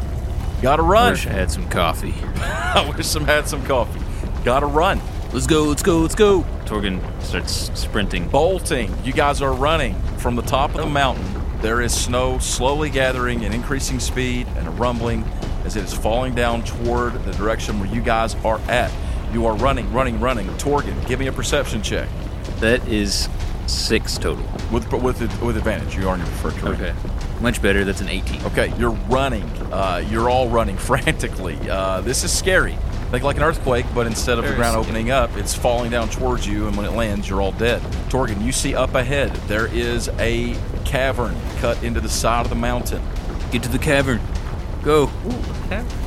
Speaker 2: Gotta
Speaker 7: I
Speaker 2: run.
Speaker 7: wish I had some coffee.
Speaker 2: I wish some had some coffee. Gotta run.
Speaker 7: Let's go, let's go, let's go. Torgan starts sprinting.
Speaker 2: Bolting. You guys are running from the top
Speaker 7: Oh.
Speaker 2: of the mountain. There is snow slowly gathering and increasing speed and a rumbling as it is falling down toward the direction where you guys are at. You are running, running, running. Torgan, give me a perception check
Speaker 7: That is six total.
Speaker 2: with with with advantage. You are in your preferred terrain.
Speaker 7: Okay. Much better. That's an 18.
Speaker 2: Okay, you're running. Uh, you're all running frantically. Uh, this is scary. Like like an earthquake, but instead of the
Speaker 1: Very
Speaker 2: ground
Speaker 1: scary.
Speaker 2: opening up, it's falling down towards you, and when it lands, you're all dead. Torgan, you see up ahead there is a cavern cut into the side of the mountain.
Speaker 7: Get to the cavern. Go.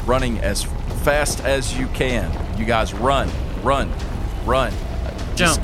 Speaker 2: Running as fast as you can. You guys run, run, run. Just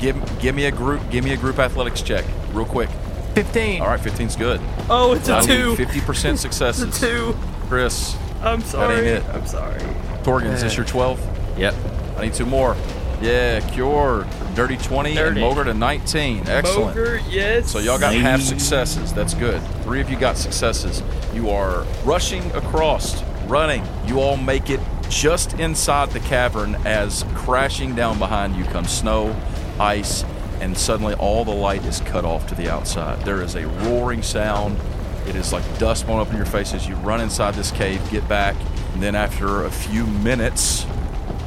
Speaker 1: Jump.
Speaker 2: give give me a group give me a group athletics check real quick.
Speaker 5: 15.
Speaker 2: All right, 15's good.
Speaker 6: Oh, it's a two.
Speaker 2: Fifty percent successes.
Speaker 6: It's a two.
Speaker 2: Chris,
Speaker 6: I'm sorry.
Speaker 2: it.
Speaker 6: I'm sorry.
Speaker 2: Torgan, is this your twelve?
Speaker 7: Yep.
Speaker 2: I need two more. Yeah, Cure, Dirty 20,
Speaker 1: Dirty.
Speaker 2: and Moger to 19. Excellent.
Speaker 6: Ogre, yes.
Speaker 2: So y'all got half
Speaker 7: Nice.
Speaker 2: successes. That's good. Three of you got successes. You are rushing across, running. You all make it just inside the cavern as crashing down behind you comes snow, ice, and suddenly all the light is cut off to the outside. There is a roaring sound. It is like dust blowing up in your face as you run inside this cave, get back, and then after a few minutes,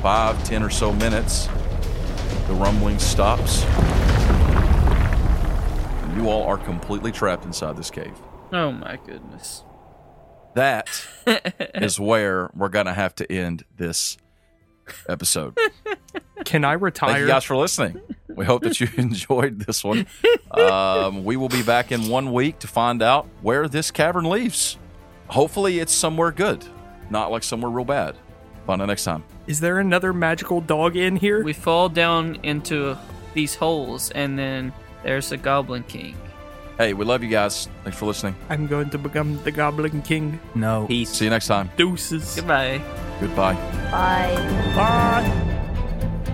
Speaker 2: five, ten or so minutes, the rumbling stops. And you all are completely trapped inside this cave.
Speaker 1: Oh my goodness.
Speaker 2: That is where we're going to have to end this episode.
Speaker 6: Can I
Speaker 2: Thank
Speaker 6: retire?
Speaker 2: you guys for listening. We hope that you enjoyed this one. Um, we will be back in one week to find out where this cavern leaves. Hopefully, it's somewhere good, not like somewhere real bad. Find out next time.
Speaker 6: Is there another magical dog in here?
Speaker 1: We fall down into these holes, and then there's the Goblin King.
Speaker 2: Hey, we love you guys. Thanks for listening.
Speaker 6: I'm going to become the Goblin King.
Speaker 5: No.
Speaker 7: Peace.
Speaker 2: See you next time.
Speaker 6: Deuces.
Speaker 1: Goodbye.
Speaker 2: Goodbye.
Speaker 4: Bye.
Speaker 6: Bye.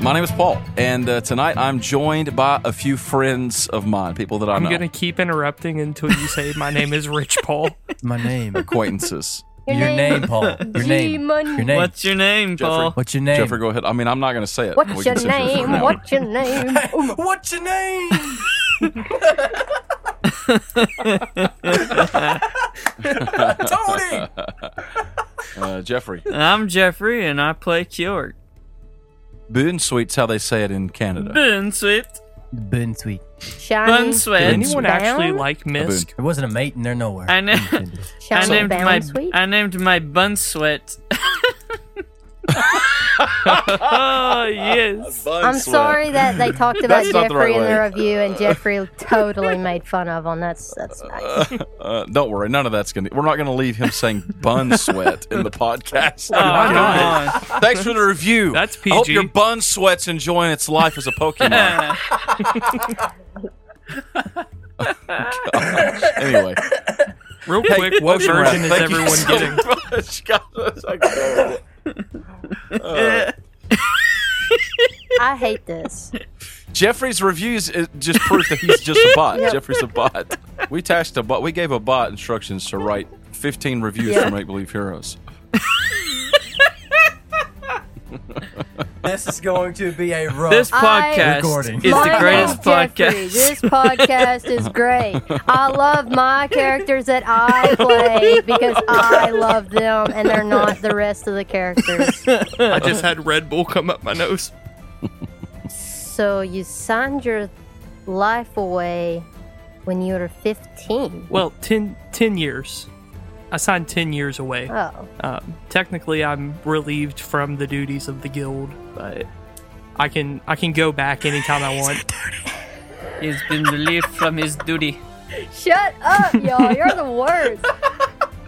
Speaker 2: My name is Paul, and uh, tonight I'm joined by a few friends of mine, people that I
Speaker 6: I'm
Speaker 2: know,
Speaker 6: gonna keep interrupting until you say my name is Rich Paul.
Speaker 5: My name.
Speaker 2: acquaintances.
Speaker 5: Your, name, Paul. Your name.
Speaker 4: Money.
Speaker 5: Your name.
Speaker 1: What's your name,
Speaker 2: Jeffrey.
Speaker 1: Paul?
Speaker 5: What's your name?
Speaker 2: Jeffrey, go ahead. I mean, I'm not going to say it.
Speaker 4: What's your
Speaker 2: can sit here for
Speaker 4: name?
Speaker 2: now.
Speaker 4: What's your name?
Speaker 5: What's your name? Tony.
Speaker 2: Uh, Jeffrey.
Speaker 1: I'm Jeffrey, and I play Kjorg.
Speaker 2: Boon sweet's how they say it in Canada.
Speaker 1: Bun sweet,
Speaker 5: Been sweet.
Speaker 1: bun
Speaker 4: Shiny,
Speaker 6: Did
Speaker 1: sweet.
Speaker 6: anyone
Speaker 4: Down?
Speaker 6: actually like Misk?
Speaker 5: There wasn't a mate in there nowhere.
Speaker 1: I know. I
Speaker 4: shiny
Speaker 1: named
Speaker 4: bound
Speaker 1: my
Speaker 4: sweet.
Speaker 1: I named my bun sweat.
Speaker 6: Oh yes.
Speaker 4: I'm sorry that they talked about
Speaker 2: That's not the
Speaker 4: Jeffrey
Speaker 2: right
Speaker 4: in the
Speaker 2: way.
Speaker 4: review, and Jeffrey totally made fun of him. That's that's nice.
Speaker 2: Uh, don't worry, none of that's gonna. We're not gonna leave him saying bun sweat in the podcast.
Speaker 1: come on.
Speaker 2: Thanks for the review.
Speaker 6: That's
Speaker 2: I hope
Speaker 6: PG.
Speaker 2: your bun sweat's enjoying its life as a Pokemon. Gosh. Anyway.
Speaker 6: Real
Speaker 2: Hey,
Speaker 6: quick, what
Speaker 2: Ocean
Speaker 6: version
Speaker 2: Rat,
Speaker 6: is
Speaker 2: thank
Speaker 6: everyone
Speaker 2: you so
Speaker 6: getting?
Speaker 2: much. God, that's like terrible.
Speaker 4: I hate this.
Speaker 2: Jeffrey's reviews is just proof that he's just a bot. Jeffrey's a bot. We tasked a bot. We gave a bot instructions to write 15 reviews
Speaker 4: Yeah.
Speaker 2: for Make Believe Heroes.
Speaker 5: This is going to be a rough.
Speaker 1: This
Speaker 4: I-
Speaker 1: podcast
Speaker 5: Recording.
Speaker 1: is the
Speaker 4: Mine
Speaker 1: greatest
Speaker 4: is Jeffrey.
Speaker 1: podcast.
Speaker 4: This podcast is great. I love my characters that I play because I love them, and they're not the rest of the characters.
Speaker 6: I just had Red Bull come up my nose.
Speaker 4: So you signed your life away when you were 15.
Speaker 6: Well, 10, 10 years. I signed ten years away.
Speaker 4: Oh,
Speaker 6: Um, technically, I'm relieved from the duties of the guild, but I can I can go back anytime I want.
Speaker 1: He's been relieved from his duty.
Speaker 4: shut up, y'all! You're the worst.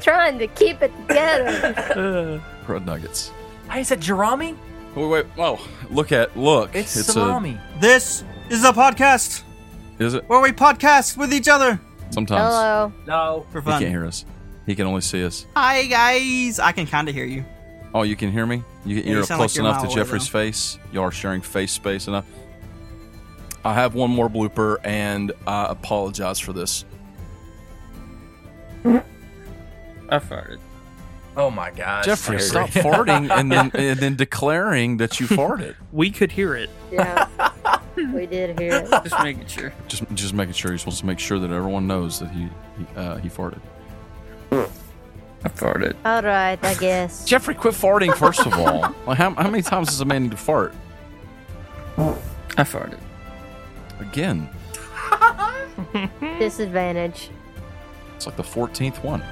Speaker 4: Trying to keep it together.
Speaker 2: Red Nuggets.
Speaker 5: Hey, is that Jerami?
Speaker 2: Wait, wait. Oh, look at look.
Speaker 5: It's,
Speaker 2: a-
Speaker 5: salami.
Speaker 9: This is a podcast.
Speaker 2: it Is it?
Speaker 9: Where we podcast with each other.
Speaker 2: Sometimes
Speaker 4: Hello.
Speaker 9: No, for
Speaker 2: he can't
Speaker 9: fun.
Speaker 2: hear us. He can only see us.
Speaker 9: Hi guys, I can kind of hear you.
Speaker 2: Oh, you can hear me? You,
Speaker 9: you
Speaker 2: you're
Speaker 9: sound
Speaker 2: close
Speaker 9: like you're a
Speaker 2: enough
Speaker 9: mile
Speaker 2: to
Speaker 9: away,
Speaker 2: Jeffrey's face. You are sharing face space enough. I have one more blooper, and I apologize for this.
Speaker 1: I farted.
Speaker 8: Oh my gosh.
Speaker 2: Jeffrey,
Speaker 8: Harry.
Speaker 2: stop farting and then and then declaring that you farted.
Speaker 6: We could hear it.
Speaker 4: Yeah. we did hear it.
Speaker 1: Just making sure.
Speaker 2: Just just making sure you're supposed to make sure that everyone knows that he he, uh, he farted.
Speaker 1: I farted.
Speaker 4: All right, I guess.
Speaker 2: Jeffrey, quit farting first of all. Like how, how many times does a man need to fart?
Speaker 1: I farted.
Speaker 2: Again,
Speaker 4: Disadvantage.
Speaker 2: it's like the fourteenth one.